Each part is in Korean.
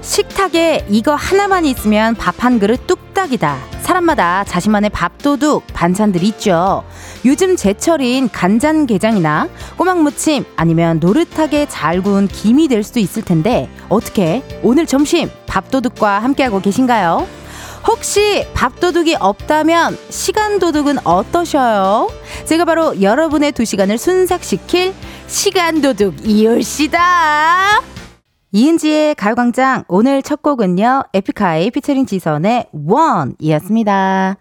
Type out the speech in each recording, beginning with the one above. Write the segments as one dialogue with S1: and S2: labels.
S1: 식탁에 이거 하나만 있으면 밥 한 그릇 뚝딱이다. 사람마다 자신만의 밥도둑, 반찬들 있죠. 요즘 제철인 간장게장이나 꼬막무침 아니면 노릇하게 잘 구운 김이 될 수도 있을 텐데 어떻게 오늘 점심 밥도둑과 함께하고 계신가요? 혹시 밥도둑이 없다면 시간도둑은 어떠셔요? 제가 바로 여러분의 두 시간을 순삭시킬 시간도둑 이올시다! 이은지의 가요광장 오늘 첫 곡은요 에픽하이 피처링 지선의 원이었습니다.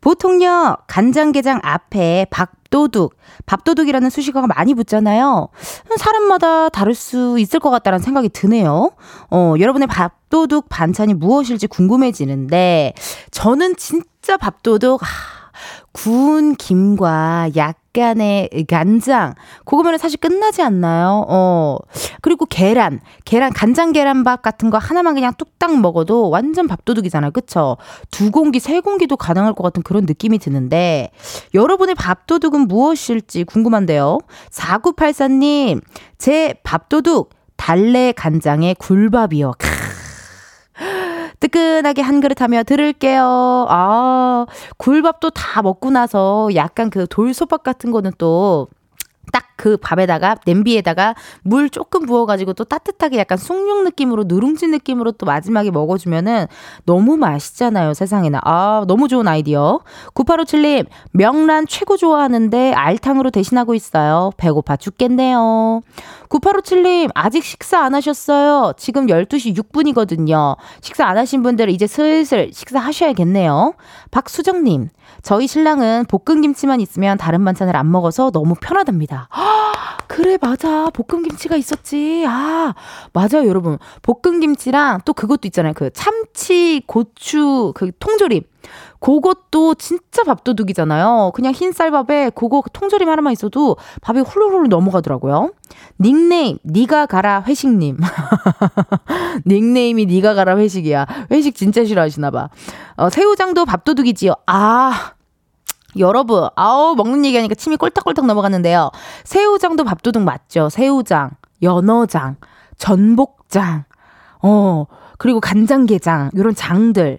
S1: 보통요 간장게장 앞에 밥도둑, 밥도둑이라는 수식어가 많이 붙잖아요. 사람마다 다를 수 있을 것 같다는 생각이 드네요. 어 여러분의 밥도둑 반찬이 무엇일지 궁금해지는데 저는 진짜 밥도둑. 하, 구운 김과 약간의 간장 그거면 사실 끝나지 않나요? 어 그리고 계란 계란 간장 계란밥 같은 거 하나만 그냥 뚝딱 먹어도 완전 밥도둑이잖아요, 그쵸? 두 공기 세 공기도 가능할 것 같은 그런 느낌이 드는데 여러분의 밥도둑은 무엇일지 궁금한데요. 4984님 제 밥도둑 달래 간장에 굴밥이요. 크. 뜨끈하게 한 그릇 하며 들을게요. 아, 굴밥도 다 먹고 나서 약간 그 돌솥밥 같은 거는 또 딱 그 밥에다가 냄비에다가 물 조금 부어가지고 또 따뜻하게 약간 숭늉 느낌으로 누룽지 느낌으로 또 마지막에 먹어주면은 너무 맛있잖아요 세상에나 아 너무 좋은 아이디어 9857님 명란 최고 좋아하는데 알탕으로 대신하고 있어요 배고파 죽겠네요 9857님, 아직 식사 안 하셨어요? 지금 12시 6분이거든요. 식사 안 하신 분들은 이제 슬슬 식사하셔야겠네요. 박수정님, 저희 신랑은 볶음김치만 있으면 다른 반찬을 안 먹어서 너무 편하답니다. 아, 그래, 맞아. 볶음김치가 있었지. 아, 맞아요, 여러분. 볶음김치랑 또 그것도 있잖아요. 그 참치, 고추, 그 통조림. 그것도 진짜 밥도둑이잖아요. 그냥 흰쌀밥에 그거 통조림 하나만 있어도 밥이 훌훌훌 넘어가더라고요. 닉네임 니가 가라 회식님. 닉네임이 니가 가라 회식이야. 회식 진짜 싫어하시나 봐. 어, 새우장도 밥도둑이지요. 아. 여러분, 아우 먹는 얘기하니까 침이 꼴딱꼴딱 넘어갔는데요. 새우장도 밥도둑 맞죠? 새우장, 연어장, 전복장. 어, 그리고 간장게장 이런 장들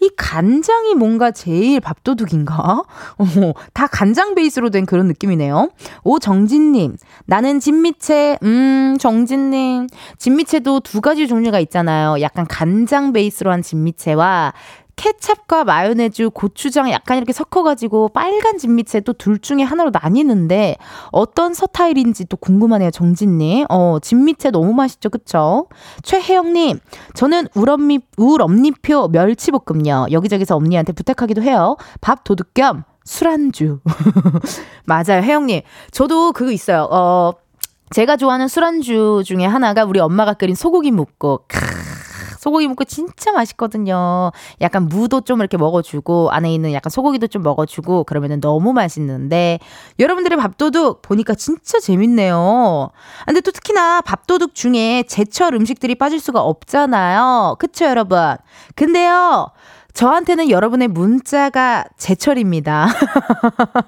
S1: 이 간장이 뭔가 제일 밥도둑인가? 어머 다 간장 베이스로 된 그런 느낌이네요. 오 정진님 나는 진미채 음 정진님 진미채도 두 가지 종류가 있잖아요. 약간 간장 베이스로 한 진미채와 케찹과 마요네즈, 고추장 약간 이렇게 섞어가지고 빨간 진미채 또 둘 중에 하나로 나뉘는데 어떤 서타일인지 또 궁금하네요, 정진님. 어, 진미채 너무 맛있죠, 그쵸? 최혜영님, 저는 우럼미, 우럼니표 멸치볶음요. 여기저기서 엄니한테 부탁하기도 해요. 밥 도둑 겸 술안주. 맞아요, 혜영님. 저도 그거 있어요. 어, 제가 좋아하는 술안주 중에 하나가 우리 엄마가 끓인 소고기 묵국. 소고기 묵국 진짜 맛있거든요. 약간 무도 좀 이렇게 먹어주고 안에 있는 약간 소고기도 좀 먹어주고 그러면은 너무 맛있는데 여러분들의 밥도둑 보니까 진짜 재밌네요. 근데 또 특히나 밥도둑 중에 제철 음식들이 빠질 수가 없잖아요. 그쵸 여러분? 근데요. 저한테는 여러분의 문자가 제철입니다.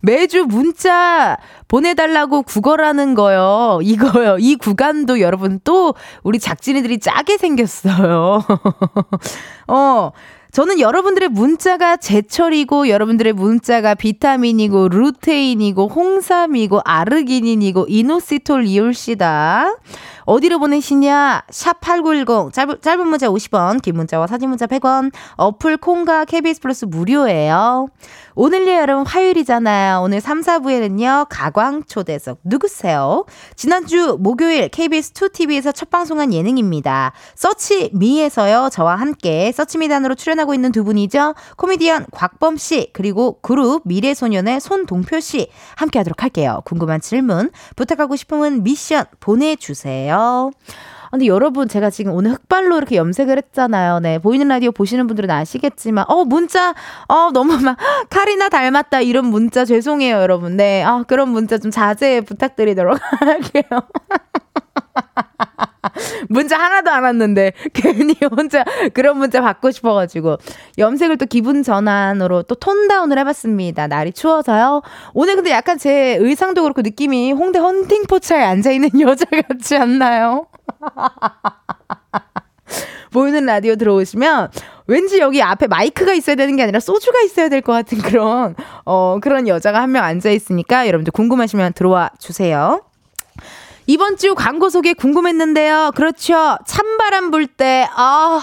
S1: 매주 문자 보내달라고 구걸하는 거요. 이거요. 이 구간도 여러분 또 우리 작진이들이 짜게 생겼어요. 어. 저는 여러분들의 문자가 제철이고 여러분들의 문자가 비타민이고 루테인이고 홍삼이고 아르기닌이고 이노시톨 이올시다. 어디로 보내시냐? 샵 8910 짧은, 짧은 문자 50원, 긴 문자와 사진 문자 100원. 어플 콩과 KBS 플러스 무료예요. 오늘요 여러분 화요일이잖아요. 오늘 3, 4부에는요. 가광 초대석 누구세요? 지난주 목요일 KBS 2TV에서 첫 방송한 예능입니다. 서치 미에서요. 저와 함께 서치 미단으로 출연하고 있는 두 분이죠. 코미디언 곽범 씨 그리고 그룹 미래소년의 손동표 씨 함께 하도록 할게요. 궁금한 질문, 부탁하고 싶은 미션 보내 주세요. 아, 근데 여러분 제가 지금 오늘 흑발로 이렇게 염색을 했잖아요. 네 보이는 라디오 보시는 분들은 아시겠지만 어 문자 어 너무 막 카리나 닮았다 이런 문자 네, 아, 죄송해요 여러분. 네아 그런 문자 좀 자제 부탁드리도록 할게요. 문자 하나도 안 왔는데 괜히 혼자 그런 문자 받고 싶어가지고 염색을 또 기분 전환으로 또 톤다운을 해봤습니다. 날이 추워서요. 오늘 근데 약간 제 의상도 그렇고 느낌이 홍대 헌팅포차에 앉아있는 여자 같지 않나요? 보이는 라디오 들어오시면 왠지 여기 앞에 마이크가 있어야 되는 게 아니라 소주가 있어야 될 것 같은 그런 어 그런 여자가 한 명 앉아 있으니까 여러분들 궁금하시면 들어와 주세요. 이번 주 광고 소개 궁금했는데요. 그렇죠. 찬바람 불 때, 아,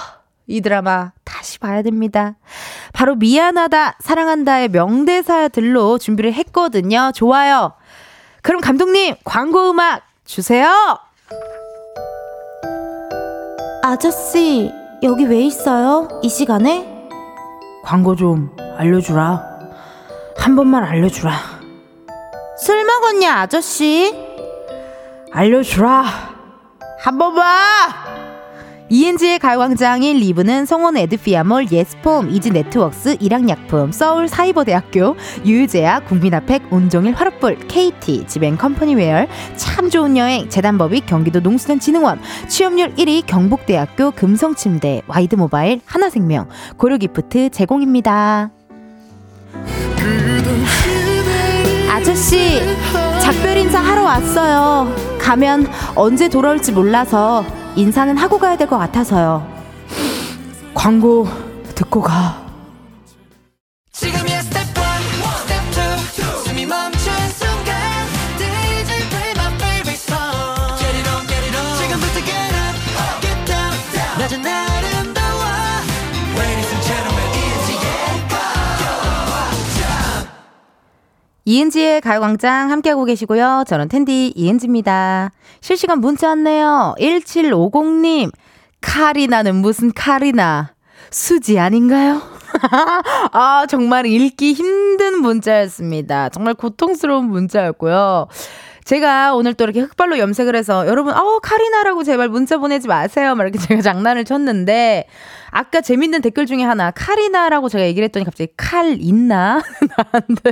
S1: 이 드라마 다시 봐야 됩니다. 바로 미안하다, 사랑한다의 명대사들로 준비를 했거든요. 좋아요. 그럼 감독님, 광고 음악 주세요!
S2: 아저씨, 여기 왜 있어요? 이 시간에?
S1: 광고 좀 알려주라. 한 번만 알려주라.
S2: 술 먹었냐, 아저씨?
S1: 알려주라. 한 번만! 이은지의 E 가요광장인 리브는 성원 에드피아몰, 예스폼, 이지네트웍스, 일양약품, 서울 사이버대학교, 유유제약, 국민아팩, 온종일 화롯불, KT, 지벤컴퍼니웨어, 참 좋은 여행, 재단법이 경기도 농수산진흥원, 취업률 1위 경북대학교 금성침대, 와이드모바일, 하나생명, 고려기프트 제공입니다.
S2: 아저씨, 작별 인사 하러 왔어요. 가면 언제 돌아올지 몰라서 인사는 하고 가야 될 것 같아서요.
S1: 광고 듣고 가.
S3: 지금이야 step one, step two, 숨이 멈춘 순간 DJ play my favorite song Get it on, get it on 지금부터 get up, get down 낮은 아름다워 Ladies and gentlemen, 이은지의
S1: 이은지의 가요광장 함께하고 계시고요. 저는 텐디 이은지입니다. 실시간 문자 왔네요. 1750님. 카리나는 무슨 카리나. 수지 아닌가요? 아, 정말 읽기 힘든 문자였습니다. 정말 고통스러운 문자였고요. 제가 오늘 또 이렇게 흑발로 염색을 해서 여러분, 어, 카리나라고 제발 문자 보내지 마세요. 막 이렇게 제가 장난을 쳤는데, 아까 재밌는 댓글 중에 하나, 카리나라고 제가 얘기를 했더니 갑자기 칼 있나? 나한테.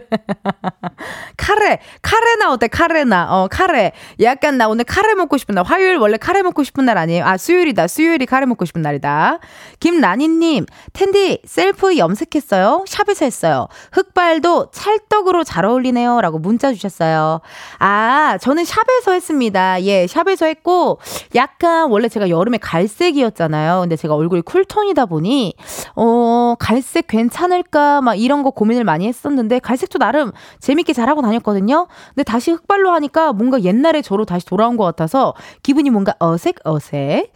S1: 카레, 카레나 어때? 카레나. 어, 카레. 약간 나 오늘 카레 먹고 싶은 날. 화요일 원래 카레 먹고 싶은 날 아니에요? 아, 수요일이다. 수요일이 카레 먹고 싶은 날이다. 김라니님, 텐디, 셀프 염색했어요? 샵에서 했어요. 흑발도 찰떡으로 잘 어울리네요. 라고 문자 주셨어요. 아, 저는 샵에서 했습니다. 예, 샵에서 했고, 약간 원래 제가 여름에 갈색이었잖아요. 근데 제가 얼굴이 쿨톤이다 보니, 어, 갈색 괜찮을까? 막 이런 거 고민을 많이 했었는데, 갈색도 나름 재밌게 잘하고 다녔거든요. 근데 다시 흑발로 하니까 뭔가 옛날에 저로 다시 돌아온 것 같아서 기분이 뭔가 어색어색.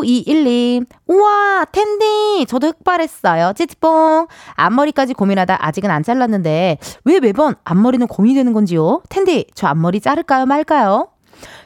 S1: 25212. 우와, 텐디! 저도 흑발했어요. 찌찌뽕. 앞머리까지 고민하다 아직은 안 잘랐는데, 왜 매번 앞머리는 고민되는 건지요? 텐디, 저 앞머리 자를까요, 말까요?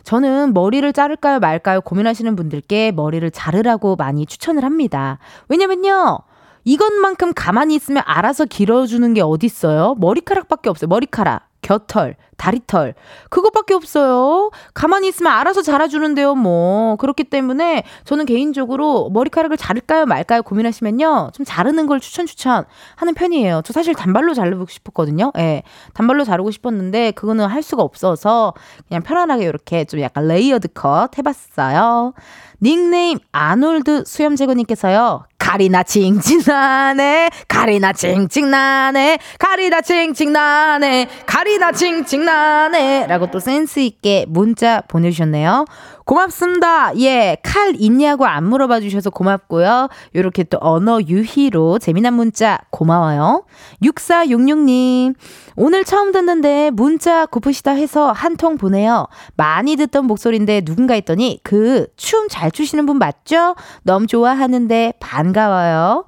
S1: 저는 머리를 자를까요 말까요 고민하시는 분들께 머리를 자르라고 많이 추천을 합니다. 왜냐면요. 이것만큼 가만히 있으면 알아서 길어주는 게 어딨어요? 머리카락밖에 없어요. 머리카락, 겨털, 다리털. 그것밖에 없어요. 가만히 있으면 알아서 자라주는데요, 뭐. 그렇기 때문에 저는 개인적으로 머리카락을 자를까요, 말까요 고민하시면요. 좀 자르는 걸 추천, 추천 하는 편이에요. 저 사실 단발로 자르고 싶었거든요. 예. 단발로 자르고 싶었는데 그거는 할 수가 없어서 그냥 편안하게 이렇게 좀 약간 레이어드 컷 해봤어요. 닉네임 아놀드 수염재고님께서요. 가리나 칭칭나네 가리나 칭칭나네 가리나 칭칭나네 가리나 칭칭나네 라고 또 센스 있게 문자 보내주셨네요 고맙습니다 예칼 있냐고 안 물어봐 주셔서 고맙고요 요렇게 또 언어 유희로 재미난 문자 고마워요 6466님 오늘 처음 듣는데 문자 고프시다 해서 한 통 보내요 많이 듣던 목소리인데 누군가 했더니 그 춤 잘 추시는 분 맞죠? 너무 좋아하는데 반가워요.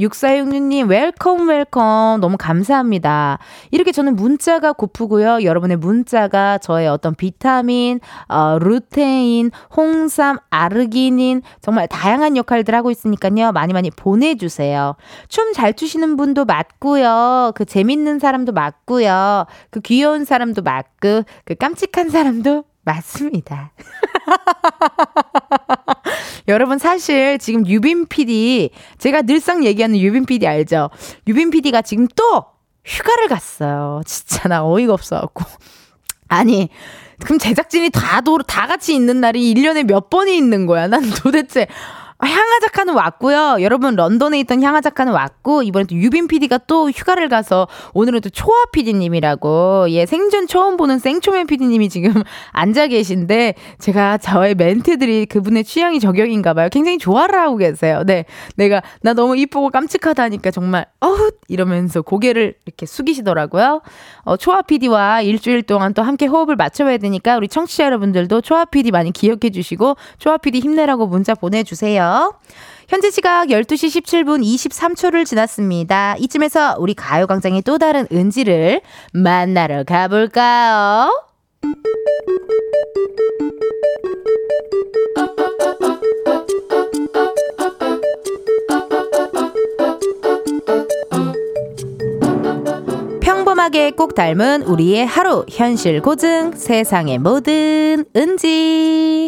S1: 6466님, 웰컴, 웰컴. 너무 감사합니다. 이렇게 저는 문자가 고프고요. 여러분의 문자가 저의 어떤 비타민, 어, 루테인, 홍삼, 아르기닌, 정말 다양한 역할들 하고 있으니까요. 많이 많이 보내주세요. 춤 잘 추시는 분도 맞고요. 그 재밌는 사람도 맞고요. 그 귀여운 사람도 맞고, 그 깜찍한 사람도 맞습니다. 여러분 사실 지금 유빈 PD 제가 늘상 얘기하는 유빈 PD 알죠? 유빈 PD가 지금 또 휴가를 갔어요. 진짜 나 어이가 없어갖고. 아니, 그럼 제작진이 다, 도, 다 같이 있는 날이 1년에 몇 번이 있는 거야? 난 도대체. 아, 향아 작가는 왔고요. 여러분 런던에 있던 향아 작가는 왔고 이번에 또 유빈 PD가 또 휴가를 가서 오늘은 또 초아 PD님이라고 예 생전 처음 보는 생초맨 PD님이 지금 앉아 계신데 제가 저의 멘트들이 그분의 취향이 저격인가봐요. 굉장히 좋아를 하고 계세요. 네, 내가 나 너무 이쁘고 깜찍하다니까 정말 어훗 이러면서 고개를 이렇게 숙이시더라고요. 어, 초아 PD와 일주일 동안 또 함께 호흡을 맞춰야 되니까 우리 청취자 여러분들도 초아 PD 많이 기억해 주시고 초아 PD 힘내라고 문자 보내주세요. 현재 시각 12시 17분 23초를 지났습니다. 이쯤에서 우리 가요광장의 또 다른 은지를 만나러 가볼까요? 평범하게 꼭 닮은 우리의 하루 현실 고증 세상의 모든 은지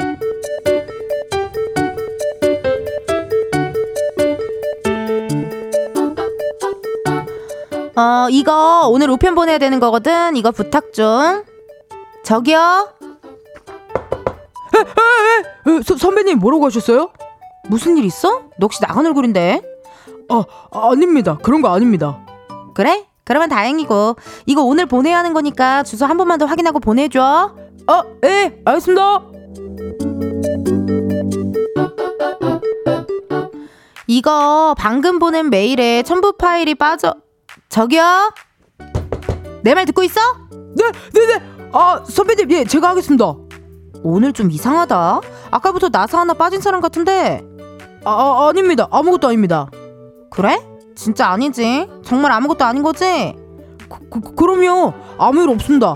S1: 어 이거 오늘 우편 보내야 되는 거거든 이거 부탁 좀 저기요 선배님 뭐라고 하셨어요? 무슨 일 있어? 너 혹시 나간 얼굴인데
S4: 아, 아닙니다. 그런 거 아닙니다.
S1: 그래? 그러면 다행이고 이거 오늘 보내야 하는 거니까 주소 한 번만 더 확인하고 보내줘
S4: 아, 예, 알겠습니다.
S1: 이거 방금 보낸 메일에 첨부 파일이 빠져 저기요 내 말 듣고 있어?
S4: 네, 네, 네. 아, 선배님, 예, 제가 하겠습니다.
S1: 오늘 좀 이상하다 아까부터 나사 하나 빠진 사람 같은데
S4: 아, 아 아닙니다. 아무것도 아닙니다.
S1: 그래? 진짜 아니지 정말 아무것도 아닌 거지?
S4: 그, 그, 그럼요. 아무 일 없습니다.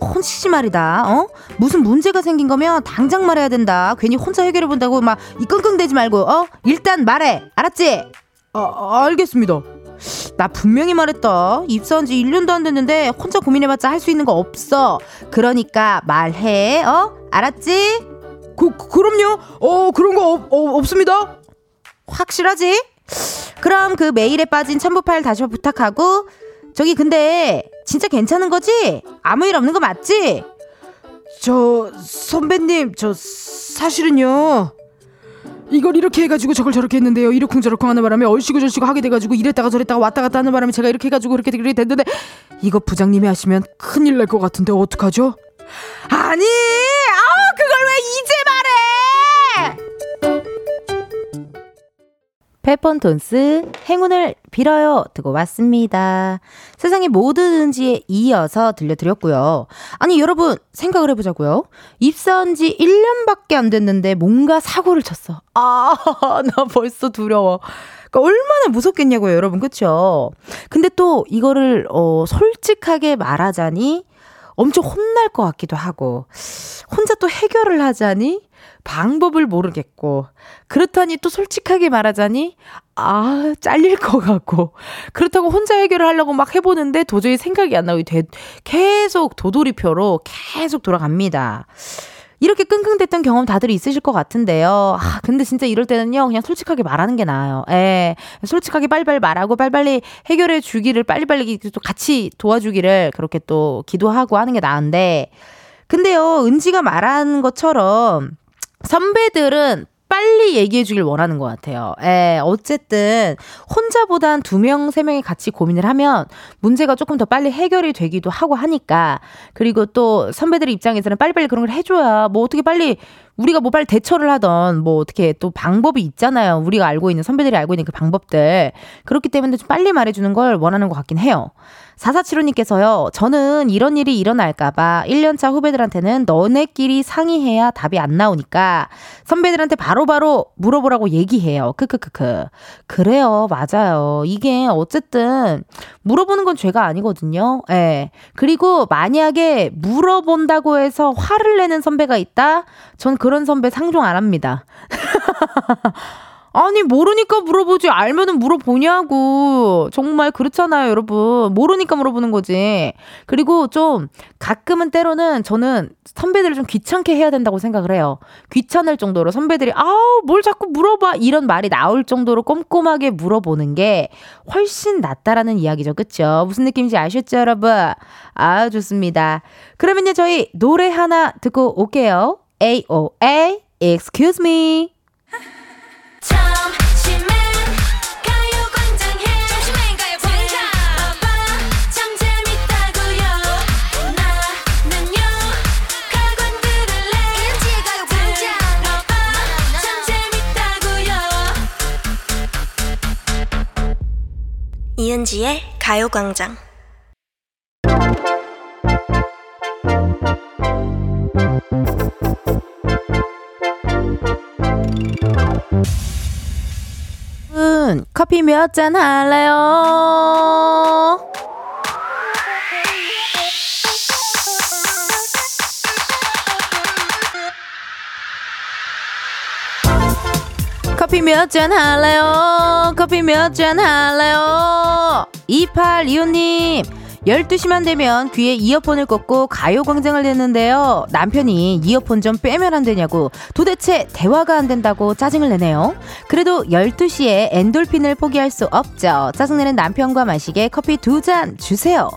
S1: 혼치지 말이다. 어? 무슨 문제가 생긴 거면 당장 말해야 된다. 괜히 혼자 해결해 본다고 막 이 끙끙대지 말고 어? 일단 말해. 알았지?
S4: 아, 아, 알겠습니다.
S1: 나 분명히 말했다. 입사한 지 1년도 안 됐는데 혼자 고민해봤자 할 수 있는 거 없어. 그러니까 말해. 어? 알았지?
S4: 그, 그- 그럼요. 어, 그런 거 없, 어, 없습니다.
S1: 확실하지? 그럼 그 메일에 빠진 첨부 파일 다시 부탁하고 저기 근데 진짜 괜찮은 거지? 아무 일 없는 거 맞지?
S4: 저 선배님, 저 사실은요. 이걸 이렇게 해가지고 저걸 저렇게 했는데요. 이러쿵저러쿵 하는 바람에 얼씨구저씨구 하게 돼가지고 이랬다가 저랬다가 왔다 갔다 하는 바람에 제가 이렇게 해가지고 그렇게 그렇게 됐는데 이거 부장님이 하시면 큰일 날 것 같은데 어떡하죠?
S1: 아니, 아 그걸 왜 이제 말해? 페폰톤스 행운을 빌어요 듣고 왔습니다. 세상의 모든 은지에 이어서 들려드렸고요. 아니 여러분 생각을 해보자고요. 입사한 지 1년밖에 안 됐는데 뭔가 사고를 쳤어. 아 나 벌써 두려워. 그러니까 얼마나 무섭겠냐고요 여러분 그쵸? 근데 또 이거를 어, 솔직하게 말하자니 엄청 혼날 것 같기도 하고 혼자 또 해결을 하자니 방법을 모르겠고 그렇다니 또 솔직하게 말하자니 아 잘릴 것 같고 그렇다고 혼자 해결을 하려고 막 해보는데 도저히 생각이 안 나고 되- 계속 도돌이표로 계속 돌아갑니다. 이렇게 끙끙댔던 경험 다들 있으실 것 같은데요. 아, 근데 진짜 이럴 때는요, 그냥 솔직하게 말하는 게 나아요. 예. 솔직하게 빨리빨리 말하고, 빨리빨리 해결해 주기를, 빨리빨리 또 같이 도와주기를 그렇게 또 기도하고 하는 게 나은데. 근데요, 은지가 말한 것처럼 선배들은 빨리 얘기해 주길 원하는 것 같아요. 예, 어쨌든, 혼자보단 두 명, 세 명이 같이 고민을 하면 문제가 조금 더 빨리 해결이 되기도 하고 하니까 그리고 또 선배들 입장에서는 빨리빨리 그런 걸 해줘야 뭐 어떻게 빨리 우리가 뭐 빨리 대처를 하던 뭐 어떻게 또 방법이 있잖아요. 우리가 알고 있는 선배들이 알고 있는 그 방법들. 그렇기 때문에 좀 빨리 말해주는 걸 원하는 것 같긴 해요. 4475님께서요, 저는 이런 일이 일어날까봐 1년차 후배들한테는 너네끼리 상의해야 답이 안 나오니까 선배들한테 바로바로 물어보라고 얘기해요. 크크크크. 그래요. 맞아요. 이게 어쨌든 물어보는 건 죄가 아니거든요. 예. 그리고 만약에 물어본다고 해서 화를 내는 선배가 있다? 전 그런 선배 상종 안 합니다. 아니 모르니까 물어보지 알면은 물어보냐고 정말 그렇잖아요 여러분 모르니까 물어보는 거지 그리고 좀 가끔은 때로는 저는 선배들을 좀 귀찮게 해야 된다고 생각을 해요 귀찮을 정도로 선배들이 아우 뭘 자꾸 물어봐 이런 말이 나올 정도로 꼼꼼하게 물어보는 게 훨씬 낫다라는 이야기죠 그쵸 무슨 느낌인지 아셨죠 여러분 아 좋습니다 그러면요 저희 노래 하나 듣고 올게요 AOA Excuse me
S5: 점심엔 가요광장에 점심엔 가요광장 봐봐 참 재밌다구요 나는요 가관 들을래 일찍 가요광장 봐봐 참 재밌다구요
S6: 이은지의 가요광장
S1: 여러분, 커피 몇 잔 할래요? 커피 몇 잔 할래요? 커피 몇 잔 할래요? 2825님 12시만 되면 귀에 이어폰을 꽂고 가요광장을 듣는데요. 남편이 이어폰 좀 빼면 안 되냐고 도대체 대화가 안 된다고 짜증을 내네요. 그래도 12시에 엔돌핀을 포기할 수 없죠. 짜증내는 남편과 마시게 커피 두 잔 주세요.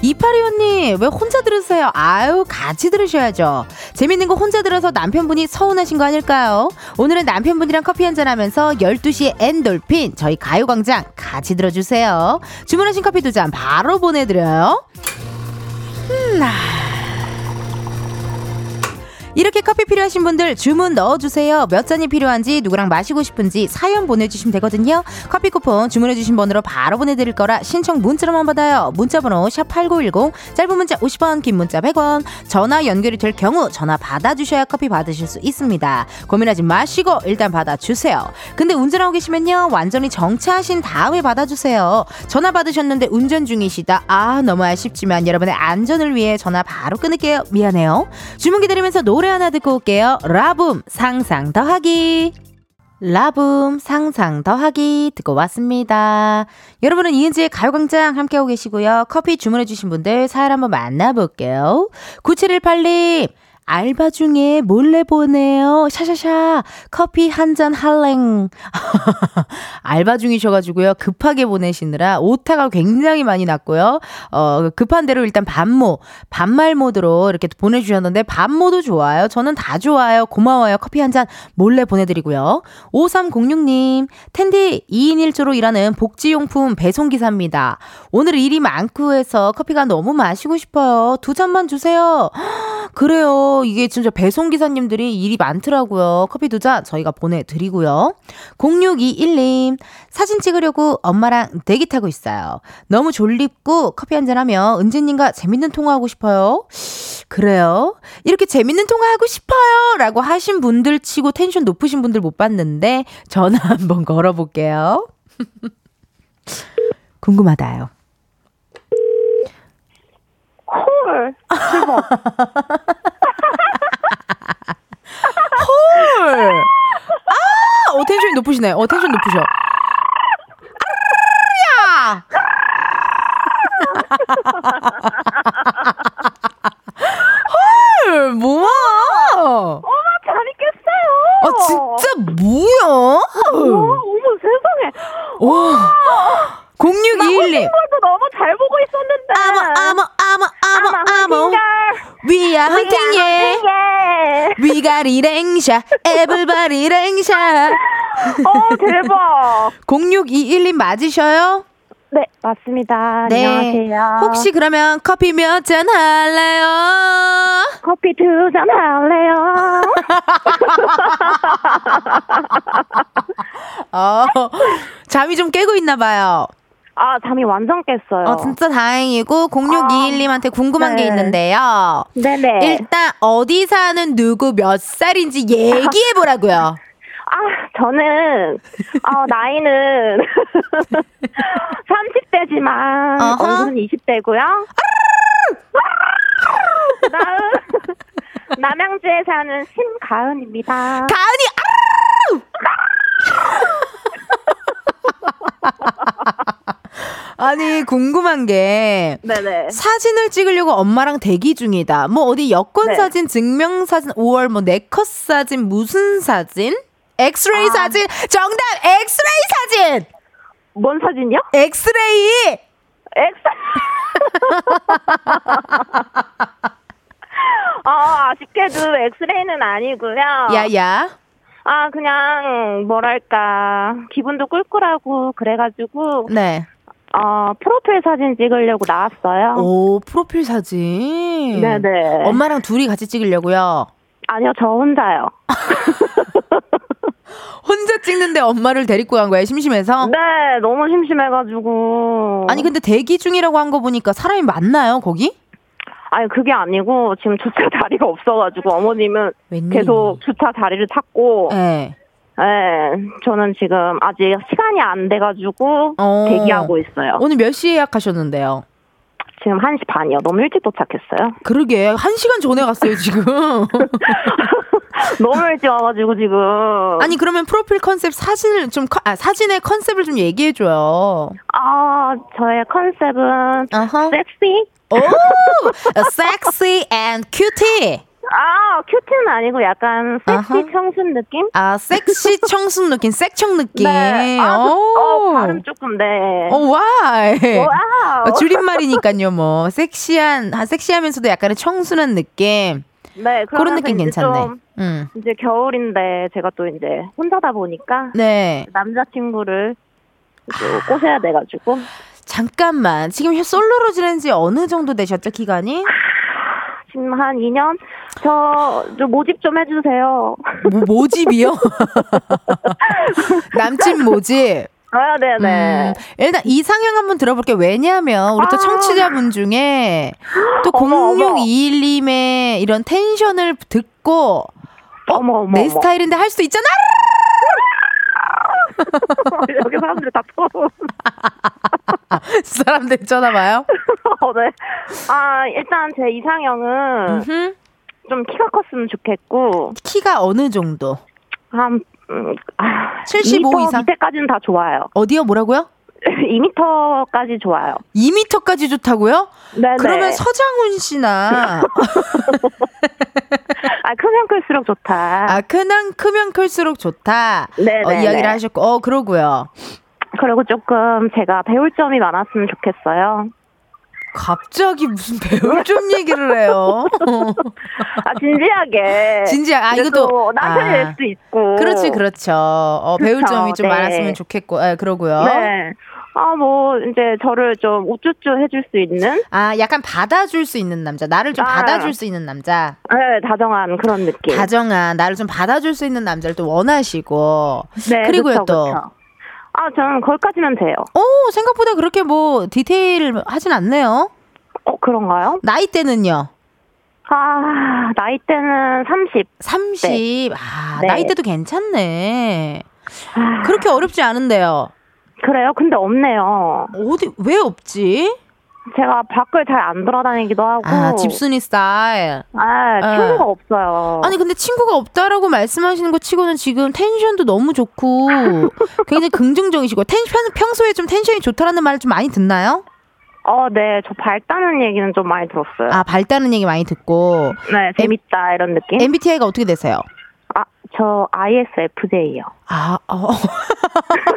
S1: 이파리언님, 왜 혼자 들으세요? 아유, 같이 들으셔야죠. 재밌는 거 혼자 들어서 남편분이 서운하신 거 아닐까요? 오늘은 남편분이랑 커피 한잔 하면서 12시에 엔돌핀, 저희 가요광장 같이 들어주세요. 주문하신 커피 두 잔 바로 보내드려요. 이렇게 커피 필요하신 분들 주문 넣어주세요. 몇 잔이 필요한지 누구랑 마시고 싶은지 사연 보내주시면 되거든요. 커피 쿠폰 주문해주신 번호로 바로 보내드릴 거라 신청 문자로만 받아요. 문자번호 샵 #8910 짧은 문자 50원, 긴 문자 100원. 전화 연결이 될 경우 전화 받아주셔야 커피 받으실 수 있습니다. 고민하지 마시고 일단 받아주세요. 근데 운전하고 계시면요 완전히 정차하신 다음에 받아주세요. 전화 받으셨는데 운전 중이시다. 아 너무 아쉽지만 여러분의 안전을 위해 전화 바로 끊을게요. 미안해요. 주문 기다리면서 노래 하나 듣고 올게요. 라붐 상상 더하기. 라붐 상상 더하기 듣고 왔습니다. 여러분은 이은지의 가요광장 함께하고 계시고요. 커피 주문해주신 분들 사연 한번 만나볼게요. 9718님 알바 중에 몰래 보내요. 샤샤샤 커피 한 잔 할랭. 알바 중이셔가지고요. 급하게 보내시느라 오타가 굉장히 많이 났고요. 어, 급한 대로 일단 반모, 반말 모드로 이렇게 보내주셨는데 반모도 좋아요. 저는 다 좋아요. 고마워요. 커피 한 잔 몰래 보내드리고요. 5306님, 텐디 2인 1조로 일하는 복지용품 배송기사입니다. 오늘 일이 많고 해서 커피가 너무 마시고 싶어요. 두 잔만 주세요. 그래요. 이게 진짜 배송기사님들이 일이 많더라고요. 커피 두 잔 저희가 보내드리고요. 0621님, 사진 찍으려고 엄마랑 대기 타고 있어요. 너무 졸립고 커피 한잔하며 은지님과 재밌는 통화하고 싶어요. 그래요? 이렇게 재밌는 통화하고 싶어요! 라고 하신 분들 치고 텐션 높으신 분들 못 봤는데 전화 한번 걸어볼게요. 궁금하다요.
S7: 헐, 대박.
S1: 헐! 아! 어, 텐션이 높으시네. 어, 텐션 높으셔. 아야! 헐! 뭐야! 아,
S7: 엄마 잘 있겠어요.
S1: 진짜 뭐야?
S7: 어, 어머 세상에.
S1: 와! 0621님.
S7: 친구도 너무 잘 보고 있었는데.
S1: 아머, 아머, 아머, 아머, 아머. We are hunting, yeah.
S7: 예.
S1: We got it, 랭샤. Everybody, 랭샤.
S7: 어 대박.
S1: 0621님 맞으셔요?
S7: 네 맞습니다.
S1: 네.
S7: 안녕하세요.
S1: 혹시 그러면 커피 몇 잔 할래요?
S7: 커피 두 잔 할래요?
S1: 어, 잠이 좀 깨고 있나 봐요.
S7: 아 잠이 완전 깼어요. 아.
S1: 어, 진짜 다행이고 0621님한테 궁금한
S7: 네.
S1: 게 있는데요.
S7: 네네.
S1: 일단 어디 사는 누구 몇 살인지 얘기해 보라고요.
S7: 아 저는 어, 나이는 30대지만
S1: 어허.
S7: 얼굴은 20대고요. 그 나은 남양주에 사는 심가은입니다.
S1: 가은이 아니 궁금한 게
S7: 네네.
S1: 사진을 찍으려고 엄마랑 대기 중이다. 뭐 어디 여권
S7: 네.
S1: 사진, 증명 사진, 5월 뭐 네컷 사진, 무슨 사진?
S7: 아.
S1: 엑스레이 사진. 정답 엑스레이 사진.
S7: 뭔 사진이요?
S1: 엑스레이.
S7: 엑스. 아, 아쉽게도 엑스레이는 아니고요.
S1: 야야.
S7: 아, 그냥 뭐랄까 기분도 꿀꿀하고 그래가지고
S1: 네.
S7: 어 프로필 사진 찍으려고 나왔어요.
S1: 오 프로필 사진.
S7: 아. 네네.
S1: 엄마랑 둘이 같이 찍으려고요.
S7: 아니요, 저 혼자요.
S1: 혼자 찍는데 엄마를 데리고 간 거예요. 심심해서.
S7: 네, 너무 심심해가지고.
S1: 어. 아니 근데 대기 중이라고 한 거 보니까 사람이 많나요 거기?
S7: 아니 그게 아니고 지금 주차 자리가 없어가지고 어머님은
S1: 웬일?
S7: 계속 주차 자리를 찾고
S1: 예.
S7: 예, 저는 지금 아직 시간이 안 돼가지고
S1: 어.
S7: 대기하고 있어요.
S1: 오늘 몇 시에 예약하셨는데요?
S7: 지금 1시 반이요. 너무 일찍 도착했어요.
S1: 그러게 한 시간 전에 갔어요 지금.
S7: 너무 일찍 와가지고 지금.
S1: 아니 그러면 프로필 컨셉 사진을 좀 커- 아, 사진의 컨셉을 좀 얘기해 줘요.
S7: 아, 저의 컨셉은
S1: 아하.
S7: 섹시?
S1: 오, 섹시 앤 큐티.
S7: 아, 큐티는 아니고 약간 섹시
S1: 아하.
S7: 청순 느낌?
S1: 아, 섹시 청순 느낌, 섹청 느낌.
S7: 네. 아, 그- 어, 발음 조금 네.
S1: 오, 와이.
S7: 와우.
S1: 어, 줄임말이니까요, 뭐 섹시한, 아, 섹시하면서도 약간의 청순한 느낌
S7: 네,
S1: 그런
S7: 그러면서
S1: 느낌
S7: 이제
S1: 괜찮네.
S7: 좀
S1: 음,
S7: 이제 겨울인데 제가 또 이제 혼자다 보니까
S1: 네.
S7: 남자친구를 또 꼬셔야 돼가지고
S1: 잠깐만, 지금 솔로로 지낸 지 어느 정도 되셨죠 기간이?
S7: 지금 한 2년 저, 저 모집 좀 해주세요.
S1: 뭐, 모집이요? 남친 모집.
S7: 아,
S1: 음,
S7: 네네.
S1: 일단 이상형 한번 들어볼게요. 왜냐하면 우리 또
S7: 아.
S1: 청취자분 중에 또
S7: 어머, 어머.
S1: 0621님의 이런 텐션을 듣고
S7: 어머 어머
S1: 내
S7: 어머.
S1: 스타일인데 할 수도 있잖아.
S7: 여기 사람들 다 토.
S1: 사람들 쳐다봐요.
S7: 어, 네. 아 일단 제 이상형은
S1: 음흠.
S7: 좀 키가 컸으면 좋겠고
S1: 키가 어느 정도?
S7: 한 음, 아,
S1: 75
S7: 2m
S1: 이상?
S7: 밑에까지는 다 좋아요.
S1: 어디요? 뭐라고요?
S7: 2m까지 좋아요.
S1: 2m까지 좋다고요?
S7: 네네.
S1: 그러면 서장훈 씨나
S7: 아 크면 클수록 좋다.
S1: 아 크면 크면 클수록 좋다.
S7: 네네.
S1: 어, 이야기를 하셨고 어 그러고요.
S7: 그리고 조금 제가 배울 점이 많았으면 좋겠어요.
S1: 갑자기 무슨 배울 좀 얘기를 해요.
S7: 아 진지하게.
S1: 진지야, 아
S7: 그래도
S1: 이것도
S7: 남편이
S1: 아.
S7: 될 수도 있고.
S1: 그렇지, 그렇죠. 어, 배울
S7: 그쵸,
S1: 점이 좀
S7: 네.
S1: 많았으면 좋겠고, 예, 그러고요.
S7: 네. 아 뭐 이제 저를 좀 우쭈쭈 해줄 수 있는
S1: 아, 약간 받아줄 수 있는 남자, 나를 좀
S7: 아. 예.
S1: 받아줄 수 있는 남자,
S7: 네, 다정한 그런 느낌.
S1: 다정한 나를 좀 받아줄 수 있는 남자를 또 원하시고,
S7: 네,
S1: 그리고요
S7: 그쵸,
S1: 또,
S7: 그쵸. 아, 저는 거기까지면 돼요.
S1: 오 어, 생각보다 그렇게 뭐 디테일 하진 않네요.
S7: 어, 그런가요?
S1: 나이 때는요,
S7: 아, 나이 때는 30.
S1: 30, 아
S7: 네.
S1: 나이 때도 괜찮네.
S7: 아,
S1: 그렇게 어렵지 않은데요.
S7: 그래요? 근데 없네요.
S1: 어디 왜 없지?
S7: 제가 밖을 잘 안 돌아다니기도 하고.
S1: 아 집순이 스타일.
S7: 아,
S1: 아.
S7: 친구가 없어요.
S1: 아니 근데 친구가 없다라고 말씀하시는 거 치고는 지금 텐션도 너무 좋고 굉장히 긍정적이시고 텐션 평소에 좀 텐션이 좋다라는 말을 좀 많이 듣나요?
S7: 어, 네. 저 밝다는 얘기는 좀 많이 들었어요.
S1: 아 밝다는 얘기 많이 듣고
S7: 네, 재밌다, 이런 느낌?
S1: MBTI가 어떻게 되세요?
S7: 아, 저 ISFJ요.
S1: 아 어.
S7: 아,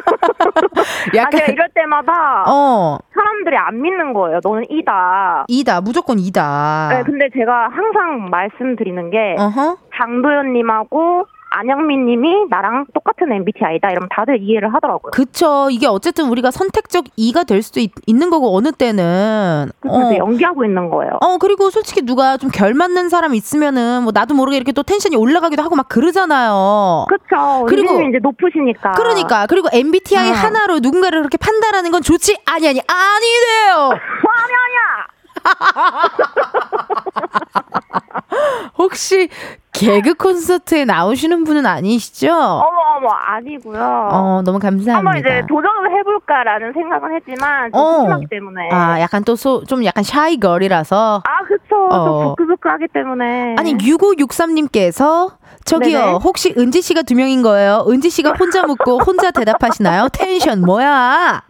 S7: 제가
S1: 약간
S7: 이럴 때마다
S1: 어
S7: 사람들이 안 믿는 거예요. 너는 이다.
S1: 이다 무조건 이다.
S7: 네, 근데 제가 항상 말씀드리는 게
S1: 어허
S7: 장도연님하고 안영민님이 나랑 똑같은 MBTI다 이러면 다들 이해를 하더라고요.
S1: 그쵸 이게 어쨌든 우리가 선택적 이가 될 수도 있, 는 거고 어느 때는
S7: 그래서 이제 연기하고 있는 거예요.
S1: 어 그리고 솔직히 누가 좀 결 맞는 사람 있으면은 뭐 나도 모르게 이렇게 또 텐션이 올라가기도 하고 막 그러잖아요.
S7: 그렇죠.
S1: 그리고-
S7: 그리고 이제 높으시니까.
S1: 그러니까 그리고
S7: 어.
S1: MBTI 하나로 누군가를 그렇게 판단하는 건 좋지 아니 아니 아니래요.
S7: 어, 아니 아니야.
S1: 혹시 개그 콘서트에 나오시는 분은 아니시죠?
S7: 어머 어머 아니고요.
S1: 어 너무
S7: 한번 이제
S1: 감사합니다.
S7: 도전을 해볼까라는 생각은 했지만 좀
S1: 어.
S7: 심하기 때문에. 아,
S1: 아 약간 또 좀 약간 샤이 걸이라서
S7: 그쵸.
S1: 어.
S7: 좀 부끄부끄하기 때문에.
S1: 아니 6563님께서 저기요
S7: 음. 네네.
S1: 혹시 은지 씨가 두 명인 거예요? 은지 씨가 혼자 묻고 혼자 대답하시나요? 텐션 뭐야?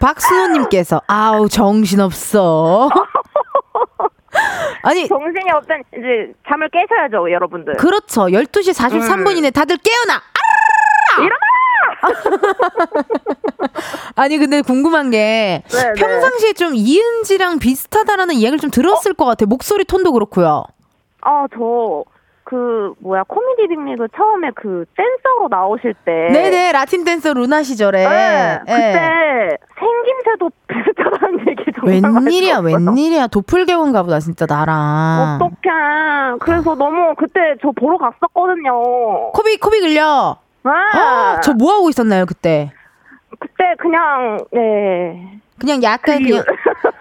S1: 박순호님께서 아우 정신없어. 아니
S7: 정신이 없던 이제 잠을 깨셔야죠, 여러분들.
S1: 그렇죠. 12시 43분이네. 다들 깨어나. 일어나! 아니 근데 궁금한 게
S7: 네, 네.
S1: 평상시에 좀 이은지랑 비슷하다라는 이야기를 좀
S7: 어?
S1: 들었을 것 같아. 요 목소리 톤도 그렇고요.
S7: 아, 저, 그, 뭐야, 코미디 빅리그 처음에 그 댄서로 나오실 때.
S1: 네. 네 라틴 댄서 루나 시절에.
S7: 네,
S1: 예.
S7: 그때 생김새도 비슷하다는 얘기 정말 많이
S1: 웬일이야,
S7: 들었어요.
S1: 웬일이야. 도플갱어인가 보다, 진짜
S7: 어,
S1: 나랑.
S7: 어떡해. 그래서 너무 그때 저 보러 갔었거든요.
S1: 코비, 코비 글려.
S7: 아,
S1: 아, 저 뭐하고 있었나요, 그때?
S7: 그때 그냥, 네.
S1: 그냥 약간, 그냥,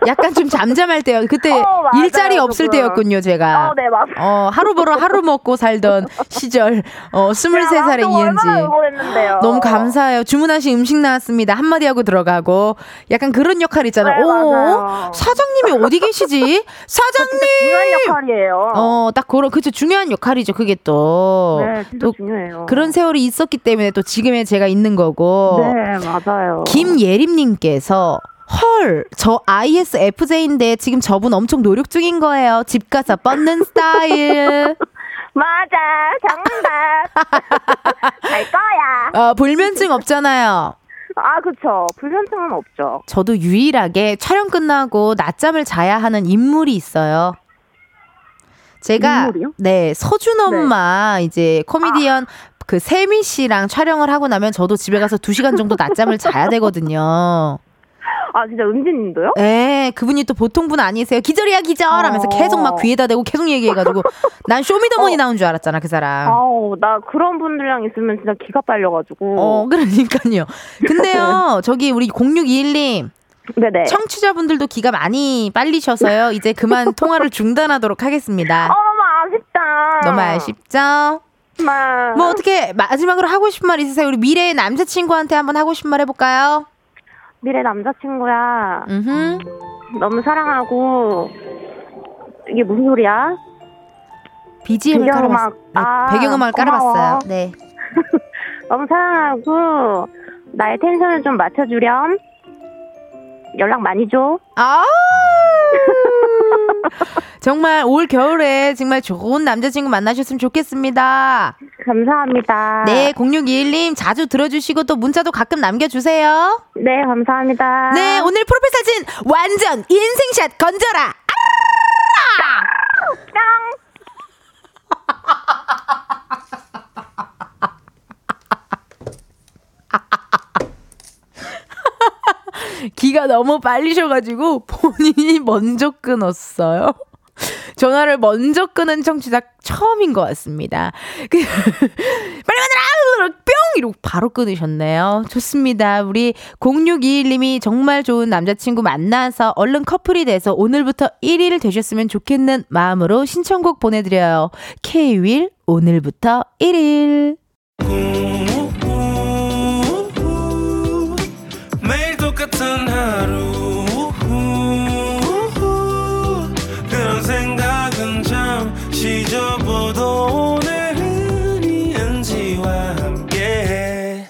S1: 약간 좀 잠잠할 때요. 그때
S7: 어, 맞아요,
S1: 일자리 없을
S7: 조금.
S1: 때였군요, 제가.
S7: 아, 네, 맞아요.
S1: 어, 하루 벌어 하루 먹고 살던 시절, 어, 23살의
S7: 제가 얼마나
S1: 이은지.
S7: 응원했는데요.
S1: 너무 감사해요. 주문하신 음식 나왔습니다. 한마디 하고 들어가고. 약간 그런 역할 있잖아.
S7: 네,
S1: 오,
S7: 맞아요.
S1: 사장님이 어디 계시지?
S7: 중요한
S1: 사장님!
S7: 역할이에요.
S1: 어, 딱 그런, 그쵸. 중요한 역할이죠. 그게 또.
S7: 네, 진짜
S1: 또
S7: 중요해요.
S1: 그런 세월이 어. 있었기 때문에 또 지금의 제가 있는 거고.
S7: 네, 맞아요.
S1: 김예림님께서 헐, 저 ISFJ인데 지금 저분 엄청 노력 중인 거예요. 집 가서 뻗는 스타일.
S7: 맞아, 정답. 갈 거야.
S1: 어, 불면증 없잖아요.
S7: 아, 그쵸. 불면증은 없죠.
S1: 저도 유일하게 촬영 끝나고 낮잠을 자야 하는 인물이 있어요. 제가
S7: 인물이요? 네.
S1: 네 서준 엄마 이제 코미디언
S7: 아.
S1: 그 세미 씨랑 촬영을 하고 나면 저도 집에 가서 2 시간 정도 낮잠을 자야 되거든요.
S7: 아, 진짜 은지님도요?
S1: 에 그분이 또 보통 분 아니세요? 기절이야 기절
S7: 어.
S1: 하면서 계속 막 귀에다 대고 계속 얘기해가지고 난 쇼미더머니 나온 줄 알았잖아 그 사람.
S7: 아우, 나 그런 분들이랑 있으면 진짜 기가 빨려가지고.
S1: 어 그러니까요. 근데요 저기 우리 0621님
S7: 네네.
S1: 청취자분들도 기가 많이 빨리셔서요. 이제 그만 통화를 중단하도록
S7: 어,
S1: 하겠습니다.
S7: 너무 아쉽다.
S1: 너무 아쉽죠?
S7: 마.
S1: 뭐 어떻게 마지막으로 하고 싶은 말 있으세요? 우리 미래의 남자친구한테 한번 하고 싶은 말 해볼까요?
S7: 미래 남자친구야.
S1: 음.
S7: 너무 사랑하고. 이게 무슨 소리야?
S1: BGM을 깔아봤어요.
S7: 배경음악. 아,
S1: 배경음악을
S7: 고마워.
S1: 깔아봤어요. 네.
S7: 너무 사랑하고. 나의 텐션을 좀 맞춰주렴. 연락 많이 줘.
S1: 아 정말 올 겨울에 정말 좋은 남자친구 만나셨으면 좋겠습니다.
S7: 감사합니다.
S1: 네, 0621님 자주 들어주시고 또 문자도 가끔 남겨주세요.
S7: 네, 감사합니다.
S1: 네, 오늘 프로필 사진 완전 인생샷 건져라. 기가 너무 빨리셔가지고 본인이 먼저 끊었어요. 전화를 먼저 끊은 청취자 처음인 것 같습니다. 그- 빨리 만나라! 뿅! 이러고 바로 끊으셨네요. 좋습니다. 우리 0621님이 정말 좋은 남자친구 만나서 얼른 커플이 돼서 오늘부터 1일 되셨으면 좋겠는 마음으로 신청곡 보내드려요. K-윌 오늘부터 1일.
S6: 우우우우 매일 똑같은 하루 우우우우 그런 생각은 잠시 접어도 오늘은 이은지와 함께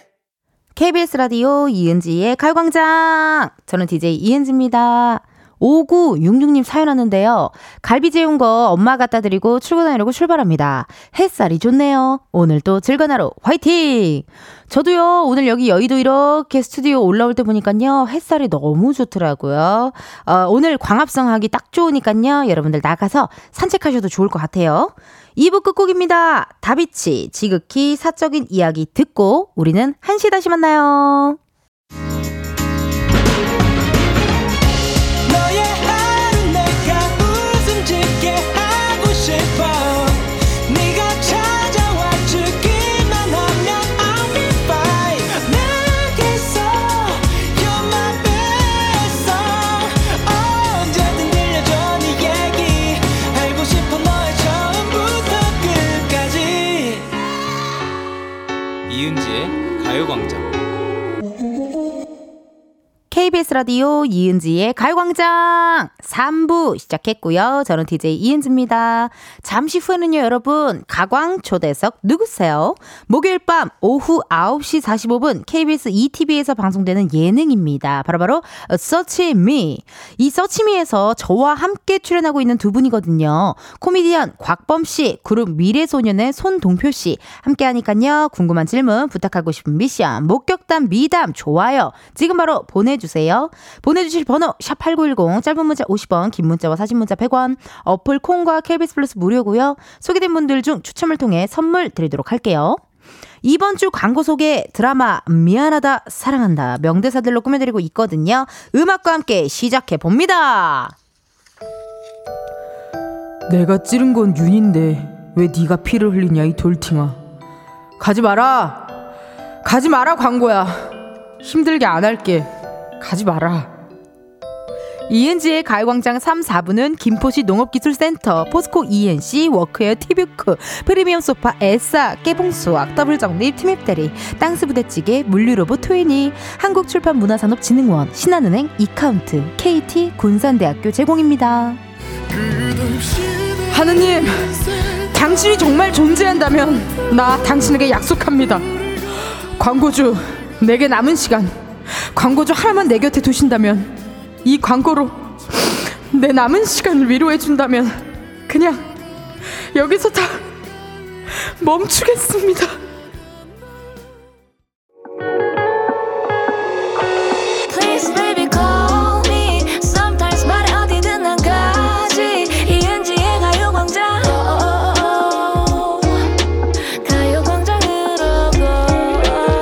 S1: KBS 라디오 이은지의 칼광장. 저는 DJ 이은지입니다. 5966님 사연 하는데요. 갈비 재운 거 엄마 갖다 드리고 출근하려고 출발합니다. 햇살이 좋네요. 오늘도 즐거운 하루 화이팅! 저도요, 오늘 여기 여의도 이렇게 스튜디오 올라올 때 보니까요, 햇살이 너무 좋더라고요. 어, 오늘 광합성 하기 딱 좋으니까요, 여러분들 나가서 산책하셔도 좋을 것 같아요. 2부 끝곡입니다. 다비치, 지극히 사적인 이야기 듣고, 우리는 1시 다시 만나요.
S6: 너의 하루 내가 웃음 짓게 하고 싶어 네가 찾아와 주기만 하면 I'll be fine 내게서 You're my best song 언제든 들려줘 네 얘기 알고 싶어 너의 처음부터 끝까지
S8: 이은지의 가요광장.
S1: k KBS 라디오 이은지의 가요광장 3부 시작했고요. 저는 DJ 이은지입니다. 잠시 후에는요, 여러분. 가광 초대석 누구세요? 목요일 밤 오후 9시 45분 KBS ETV에서 방송되는 예능입니다. 바로바로 서치 미. 이 서치 미에서 저와 함께 출연하고 있는 두 분이거든요. 코미디언 곽범 씨, 그룹 미래소년의 손동표 씨 함께 하니까요. 궁금한 질문, 부탁하고 싶은 미션, 목격담, 미담 좋아요. 지금 바로 보내 주세요. 보내 주실 번호 샵8910 짧은 문자 50원, 긴 문자와 사진 문자 100원. 어플 콩과 KBS 플러스 무료고요. 소개된 분들 중 추첨을 통해 선물 드리도록 할게요. 이번 주 광고 소개 드라마 미안하다 사랑한다 명대사들로 꾸며드리고 있거든요. 음악과 함께 시작해 봅니다.
S4: 내가 찌른 건 윤인데 왜 네가 피를 흘리냐 이 돌팅아 가지 마라 가지 마라 광고야 힘들게 안 할게 가지 마라
S1: 이은지의 가요광장 3, 4부는 김포시 농업기술센터, 포스코 ENC, 워크웨어 티뷰크, 프리미엄 소파 에싸, 깨봉수학, 더블정립, 팀입대리, 땅스부대찌개, 물류로봇 토이니, 한국출판문화산업진흥원, 신한은행, 이카운트, KT, 군산대학교 제공입니다.
S4: 하느님 당신이 정말 존재한다면 나 당신에게 약속합니다 광고주 내게 남은 시간 광고주 하나만 내 곁에 두신다면 이 광고로 내 남은 시간을 위로해 준다면 그냥 여기서 다 멈추겠습니다
S5: Please baby call me Sometimes 말해 어디든 난 가지 이은지의 가요광장 가요광장으로 go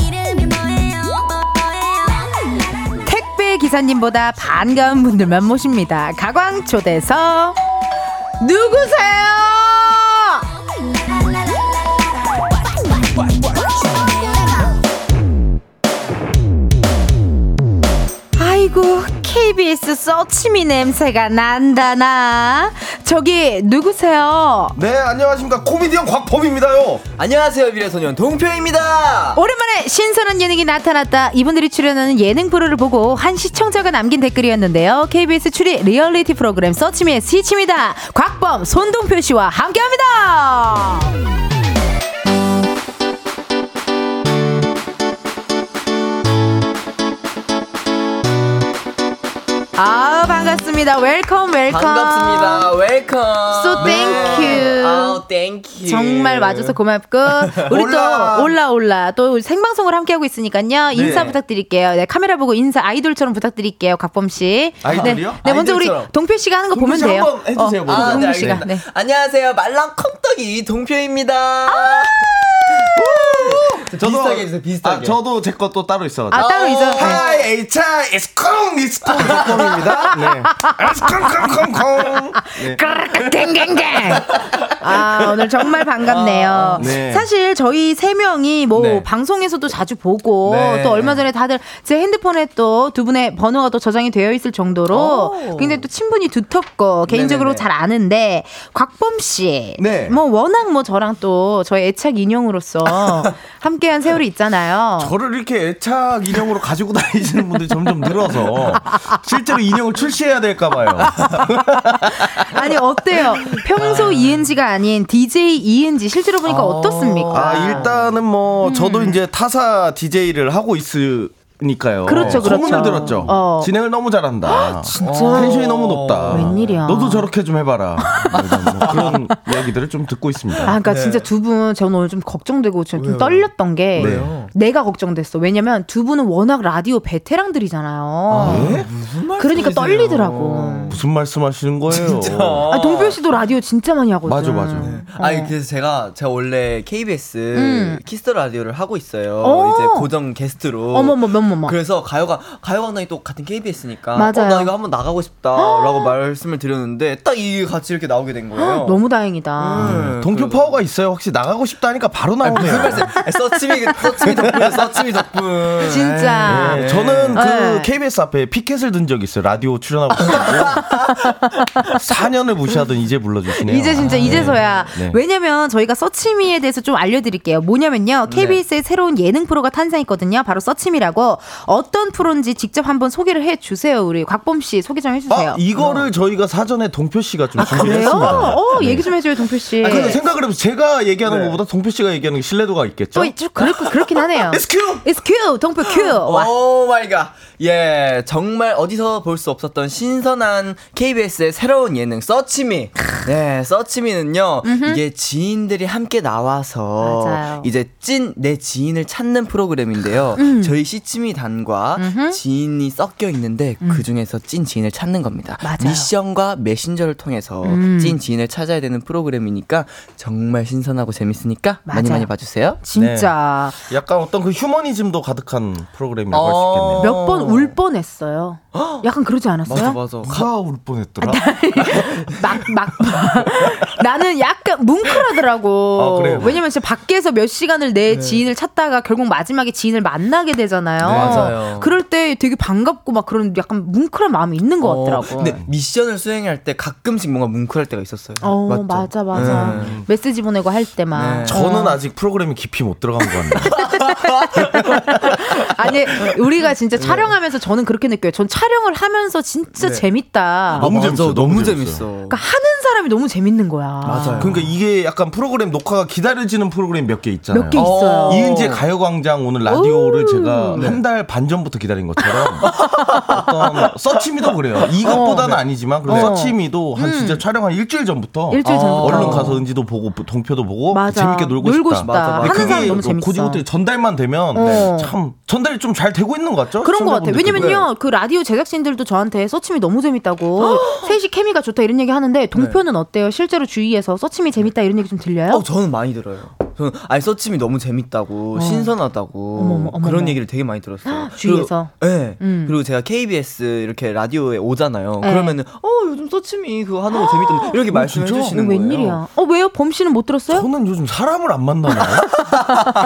S5: 이름이 뭐예요
S1: 택배 기사님보다 반가운 분들만 모십니다. 가광 초대서 누구세요? 아이고 KBS 서치미 냄새가 난다나. 저기 누구세요?
S8: 네 안녕하십니까 코미디언 곽범입니다요
S9: 안녕하세요 미래소년 동표입니다
S1: 오랜만에 신선한 예능이 나타났다. 이분들이 출연하는 예능 프로를 보고 한 시청자가 남긴 댓글이었는데요. KBS 추리 리얼리티 프로그램 서치미의 시치미다. 곽범 손동표 씨와 함께합니다. 아 반갑습니다. 웰컴 웰컴.
S9: 반갑습니다 웰컴
S1: So thank you.
S9: 아우 땡큐
S1: 정말 와줘서 고맙고 우리
S8: 예. 올라.
S1: 또 올라 올라 또 우리 생방송을 함께 하고 있으니까요 인사
S8: 네.
S1: 부탁드릴게요 네 카메라 보고 인사 아이돌처럼 부탁드릴게요 각범 씨
S8: 아이돌이요?
S1: 네, 네 먼저 우리
S9: 아이돌처럼.
S1: 동표 씨가 하는 거 보면
S8: 동표 씨
S1: 돼요
S8: 한번 해주세요, 먼저.
S9: 아, 네,
S1: 동표 씨가
S9: 알겠습니다.
S1: 네.
S9: 안녕하세요 말랑 콩떡이 동표입니다 비슷하게 해주세요 비슷하게
S8: 아, 저도 제 거 또 따로 있어
S1: 아 따로 있어 네.
S8: 하이 에이차 에스콩 에스콩 곽범입니다 네 에스콩콩콩콩 네.
S1: 땡땡땡. 아 오늘 정말 반갑네요.
S8: 네.
S1: 사실 저희 세 명이 뭐
S8: 네.
S1: 방송에서도 자주 보고
S8: 네.
S1: 또 얼마 전에 다들 제 핸드폰에 또 두 분의 번호가 또 저장이 되어 있을 정도로 굉장히 또 친분이 두텁고 개인적으로
S8: 네네네.
S1: 잘 아는데 곽범 씨,
S8: 네.
S1: 뭐 워낙 뭐 저랑 또 저의 애착 인형으로서 함께한 세월이 있잖아요.
S8: 저를 이렇게 애착 인형으로 가지고 다니시는 분들이 점점 늘어서 실제로 인형을 출시해야 될까 봐요
S1: 아니 어때요?
S8: 아.
S1: 평소 이은지가 아닌 DJ 이은지 실제로 보니까 어떻습니까?
S8: 아 일단은 뭐
S1: 음.
S8: 저도 이제 타사 DJ를 하고 있으니까요.
S1: 그렇죠, 그렇죠.
S8: 소문을 들었죠.
S1: 어. 아,
S8: 진행을 너무 잘한다. 진짜. 텐션이 너무 높다.
S1: 웬일이야.
S8: 너도 저렇게 좀 해봐라. 뭐 이런 뭐 그런 이야기들을 좀 듣고 있습니다.
S1: 아,
S9: 네.
S1: 그러니까 진짜 두 분 저는 오늘 좀 걱정되고 저는 좀 떨렸던
S8: 네.
S1: 게
S8: 왜요?
S1: 내가 걱정됐어. 왜냐면 두 분은 워낙 라디오 베테랑들이잖아요. 어.
S9: 네?
S8: 네?
S1: 그러니까 떨리더라고.
S8: 무슨 말씀하시는 거예요?
S1: 아, 동표 씨도 라디오 진짜 많이 하거든. 어.
S8: 맞아, 맞아.
S9: 네. 아니 그래서 제가 제가 원래 KBS 키스터 라디오를 하고 있어요
S1: 어.
S9: 이제 고정 게스트로
S1: 어머머, 몇 어머머.
S9: 그래서 가요가 가요광장이 또 같은 KBS니까
S1: 맞아요.
S9: 어, 나 이거 한번 나가고 싶다라고 말씀을 드렸는데 딱 이 같이 이렇게 나오게 된 거예요.
S1: 너무 다행이다.
S9: 음,
S8: 네. 동표
S9: 그래서-
S8: 파워가 있어요. 혹시 나가고 싶다 하니까 바로
S9: 무슨
S8: 나오네요.
S9: 말씀? 아, 서치미 서치미 덕분 서치미 덕분.
S1: 진짜.
S9: 예.
S8: 저는
S1: 네.
S8: 그 KBS 앞에 피켓을 든 적이 있어요. 라디오 출연하고 싶다고. 4년을 무시하던 이제 불러주시네요.
S1: 이제 진짜
S8: 아,
S1: 이제서야
S8: 네. 네.
S1: 왜냐면 저희가 서치미에 대해서 좀 알려드릴게요 뭐냐면요
S8: 네.
S1: KBS의 새로운 예능 프로가 탄생했거든요 바로 서치미라고 어떤 프로인지 직접 한번 소개를 해주세요 우리 곽범 씨 소개 좀 해주세요 어. 아,
S8: 아, 이거를 저희가 사전에 동표 씨가 좀
S1: 그래요?
S8: 준비했습니다.
S1: 어 예.
S8: 네.
S1: 얘기 좀 해줘요 동표 씨
S8: 아, 근데 생각을 해보면 제가 얘기하는 것보다 동표 씨가 얘기하는 게 신뢰도가 있겠죠?
S1: 어, 좀 그렇, 그렇긴 하네요
S8: It's 어. cute!
S1: It's Q 동표 Q 와.
S9: 오 마이 갓. Oh 예, 정말 어디서 볼 수 없었던 신선한 KBS의 새로운 예능 서치미. 네, 서치미는요. 이게 지인들이 함께 나와서
S1: 맞아요.
S9: 이제 찐 내 지인을 찾는 프로그램인데요.
S1: 음.
S9: 저희 시치미단과 지인이 섞여 있는데 그중에서 찐 지인을 찾는 겁니다.
S1: 음. 맞아요. 음.
S9: 미션과 메신저를 통해서 찐 지인을 찾아야 되는 프로그램이니까 정말 신선하고 재밌으니까 많이
S1: 맞아요.
S9: 많이 봐 주세요.
S1: 진짜
S8: 약간 어떤 그 휴머니즘도 가득한 프로그램이라고 할 수 있겠네요.
S1: 어. 몇 번 울 뻔했어요 약간 그러지 않았어요?
S9: 맞아 맞아.
S8: 누가 울
S1: 아,
S8: 뻔했더라?
S1: 네. 막, 막. 나는 약간 뭉클하더라고.
S8: 아, 그래요?
S1: 왜냐면 진짜 밖에서 몇 시간을
S9: 네.
S1: 내 지인을 찾다가 결국 마지막에 지인을 만나게 되잖아요.
S9: 맞아요.
S1: 그럴 때 되게 반갑고 막 그런 약간 뭉클한 마음이 있는 것
S9: 어,
S1: 같더라고.
S9: 근데 미션을 수행할 때 가끔씩 뭔가 뭉클할 때가 있었어요.
S1: 어,
S9: 맞죠?
S1: 맞아, 맞아.
S9: 네.
S1: 메시지 보내고 할 때만. 어.
S9: 네.
S8: 저는 아직 프로그램이 깊이 못 들어간 것 같네요.
S1: 아니, 우리가 진짜
S9: 네.
S1: 촬영하면서 저는 그렇게 느껴요. 전 촬영을 하면서 진짜 재밌다.
S8: 너무
S9: 맞아,
S8: 재밌어요, 너무
S9: 너무
S8: 재밌어요.
S9: 재밌어.
S1: 그러니까 하는 사람이 너무 재밌는 거야.
S9: 맞아요.
S8: 그러니까 이게 약간 프로그램 녹화가 기다려지는 프로그램 몇 개 있잖아요.
S1: 몇 개 있어요. 네.
S9: 어.
S8: 이은재 가요광장 오늘 라디오를 제가 한 달 반 전부터 기다린 것처럼 어떤 서치미도 그래요. 이것보다는 아니지만 그래도 서치미도 한 진짜 촬영 한 일주일 전부터
S1: 어. 음. 일주일 전부터.
S8: 얼른 가서 은지도 보고 동표도 보고
S1: 어. 맞아.
S8: 재밌게 놀고,
S1: 놀고
S8: 싶다.
S1: 싶다. 맞아, 맞아. 하는
S8: 근데 그게
S1: 사람이 너무 재밌어.
S8: 고지고대 전달만 되면
S1: 어.
S8: 참 전달이 좀 잘 되고 있는 것 같죠?
S1: 그런 것 같아요.
S8: 어? 시청자분들께도.
S1: 왜냐면요, 그 라디오 제작진들도 저한테 서침이 너무 재밌다고, 셋이 케미가 좋다 이런 얘기 하는데, 동표는 어때요? 실제로 주위에서 서침이 재밌다 이런 얘기 좀 들려요?
S9: 어, 저는 많이 들어요. 저는 아니 서침이 너무 재밌다고 신선하다고
S1: 어. 어머머, 어머머.
S9: 그런 얘기를 되게 많이 들었어요.
S1: 주위에서?
S9: 그리고, 네.
S1: 음.
S9: 그리고 제가 KBS 이렇게 라디오에 오잖아요.
S1: 네.
S9: 그러면은 어 요즘 서침이 그거 하는 거 재밌던데 이렇게 말씀해
S8: 진짜?
S1: 이거
S9: 주시는 거예요.
S1: 웬일이야? 어, 왜요? 범 씨는 못 들었어요?
S8: 네. 저는 요즘 사람을 안 만나나요?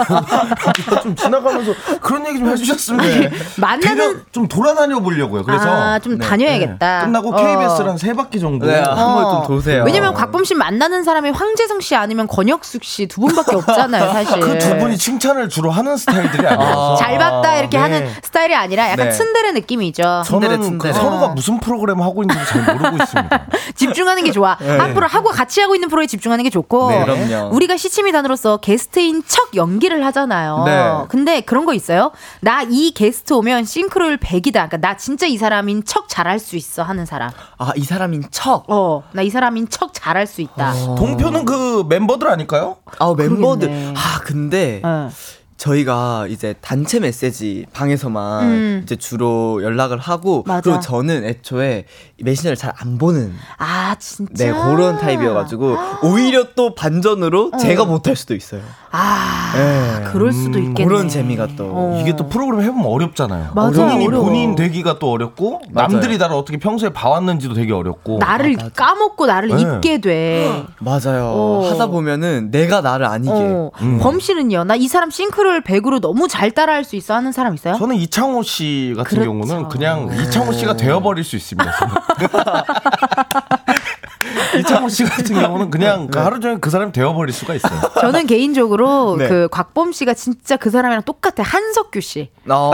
S8: 좀 지나가면서 그런 얘기 좀 해주셨으면 네.
S1: 만나는-
S8: 되려- 좀 돌아다녀 보려고요. 그래서
S1: 아, 좀
S8: 네.
S1: 다녀야겠다.
S8: 네. 끝나고
S1: 어.
S8: KBS를 한 세 바퀴 정도
S9: 네, 한번
S1: 어.
S9: 좀 도세요.
S1: 왜냐면 곽범 씨 만나는 사람이 황재성 씨 아니면 권혁숙 씨 두 분밖에 없잖아요, 사실.
S8: 그 두 분이 칭찬을 주로 하는 스타일들이 아니어서
S1: 네. 잘 봤다 이렇게
S8: 네.
S1: 하는 스타일이 아니라 약간
S9: 네.
S1: 츤데레 느낌이죠.
S9: 츤데레,
S8: 저는 그
S9: 츤데레.
S8: 서로가
S1: 어.
S8: 무슨 프로그램 하고 있는지 잘 모르고 있습니다.
S1: 집중하는 게 좋아. 앞으로 하고 같이 하고 있는 프로에 집중하는 게 좋고
S9: 네, 그럼요.
S1: 우리가 시치미단으로서 게스트인 척 연기를 하잖아요.
S9: 네.
S1: 근데 그런 거 있어요. 나 이 게스트 오면 싱크로율 100이다. 그러니까 나 진짜 이 사람인 척 잘할 수 있어 하는 사람.
S9: 아이 사람인 척.
S1: 어, 나 이 사람인 척 잘할 수 있다.
S9: 어.
S8: 동표는 그 멤버들 아닐까요?
S9: 아 멤버들
S1: 그러겠네.
S9: 아 근데
S1: 어.
S9: 저희가 이제 단체 메시지 방에서만
S1: 음.
S9: 이제 주로 연락을 하고
S1: 맞아.
S9: 그리고 저는 애초에 메신저를 잘 안 보는
S1: 아, 진짜.
S9: 네 그런 타입이어가지고 오히려 또 반전으로 제가 못할 수도 있어요.
S1: 아,
S9: 예.
S1: 그럴 수도 있겠네. 어.
S9: 그런 재미가 또
S8: 이게 또 프로그램 해보면 어렵잖아요.
S1: 맞아요,
S8: 본인이
S1: 어려워.
S8: 본인 되기가 또 어렵고
S9: 맞아요.
S8: 남들이 나를 어떻게 평소에 봐왔는지도 되게 어렵고
S1: 나를
S9: 아,
S1: 까먹고 나를
S8: 네.
S1: 잊게 돼.
S9: 맞아요.
S1: 어.
S9: 하다 보면은 내가 나를 아니게 음.
S1: 어. 범 씨는요? 나 이 사람 싱크로율 100으로 너무 잘 따라할 수 있어 하는 사람 있어요?
S8: 저는 이창호 씨 같은
S1: 그렇죠. 네.
S8: 경우는 그냥 이창호 씨가 되어버릴 수 있습니다. 저는. 이창호 씨 같은 경우는 그냥
S1: 네.
S8: 그 하루 종일 그 사람이 되어버릴 수가 있어요.
S1: 저는 개인적으로
S9: 네.
S1: 그 곽범 씨가 진짜 그 사람이랑 똑같아 한석규 씨
S9: 어.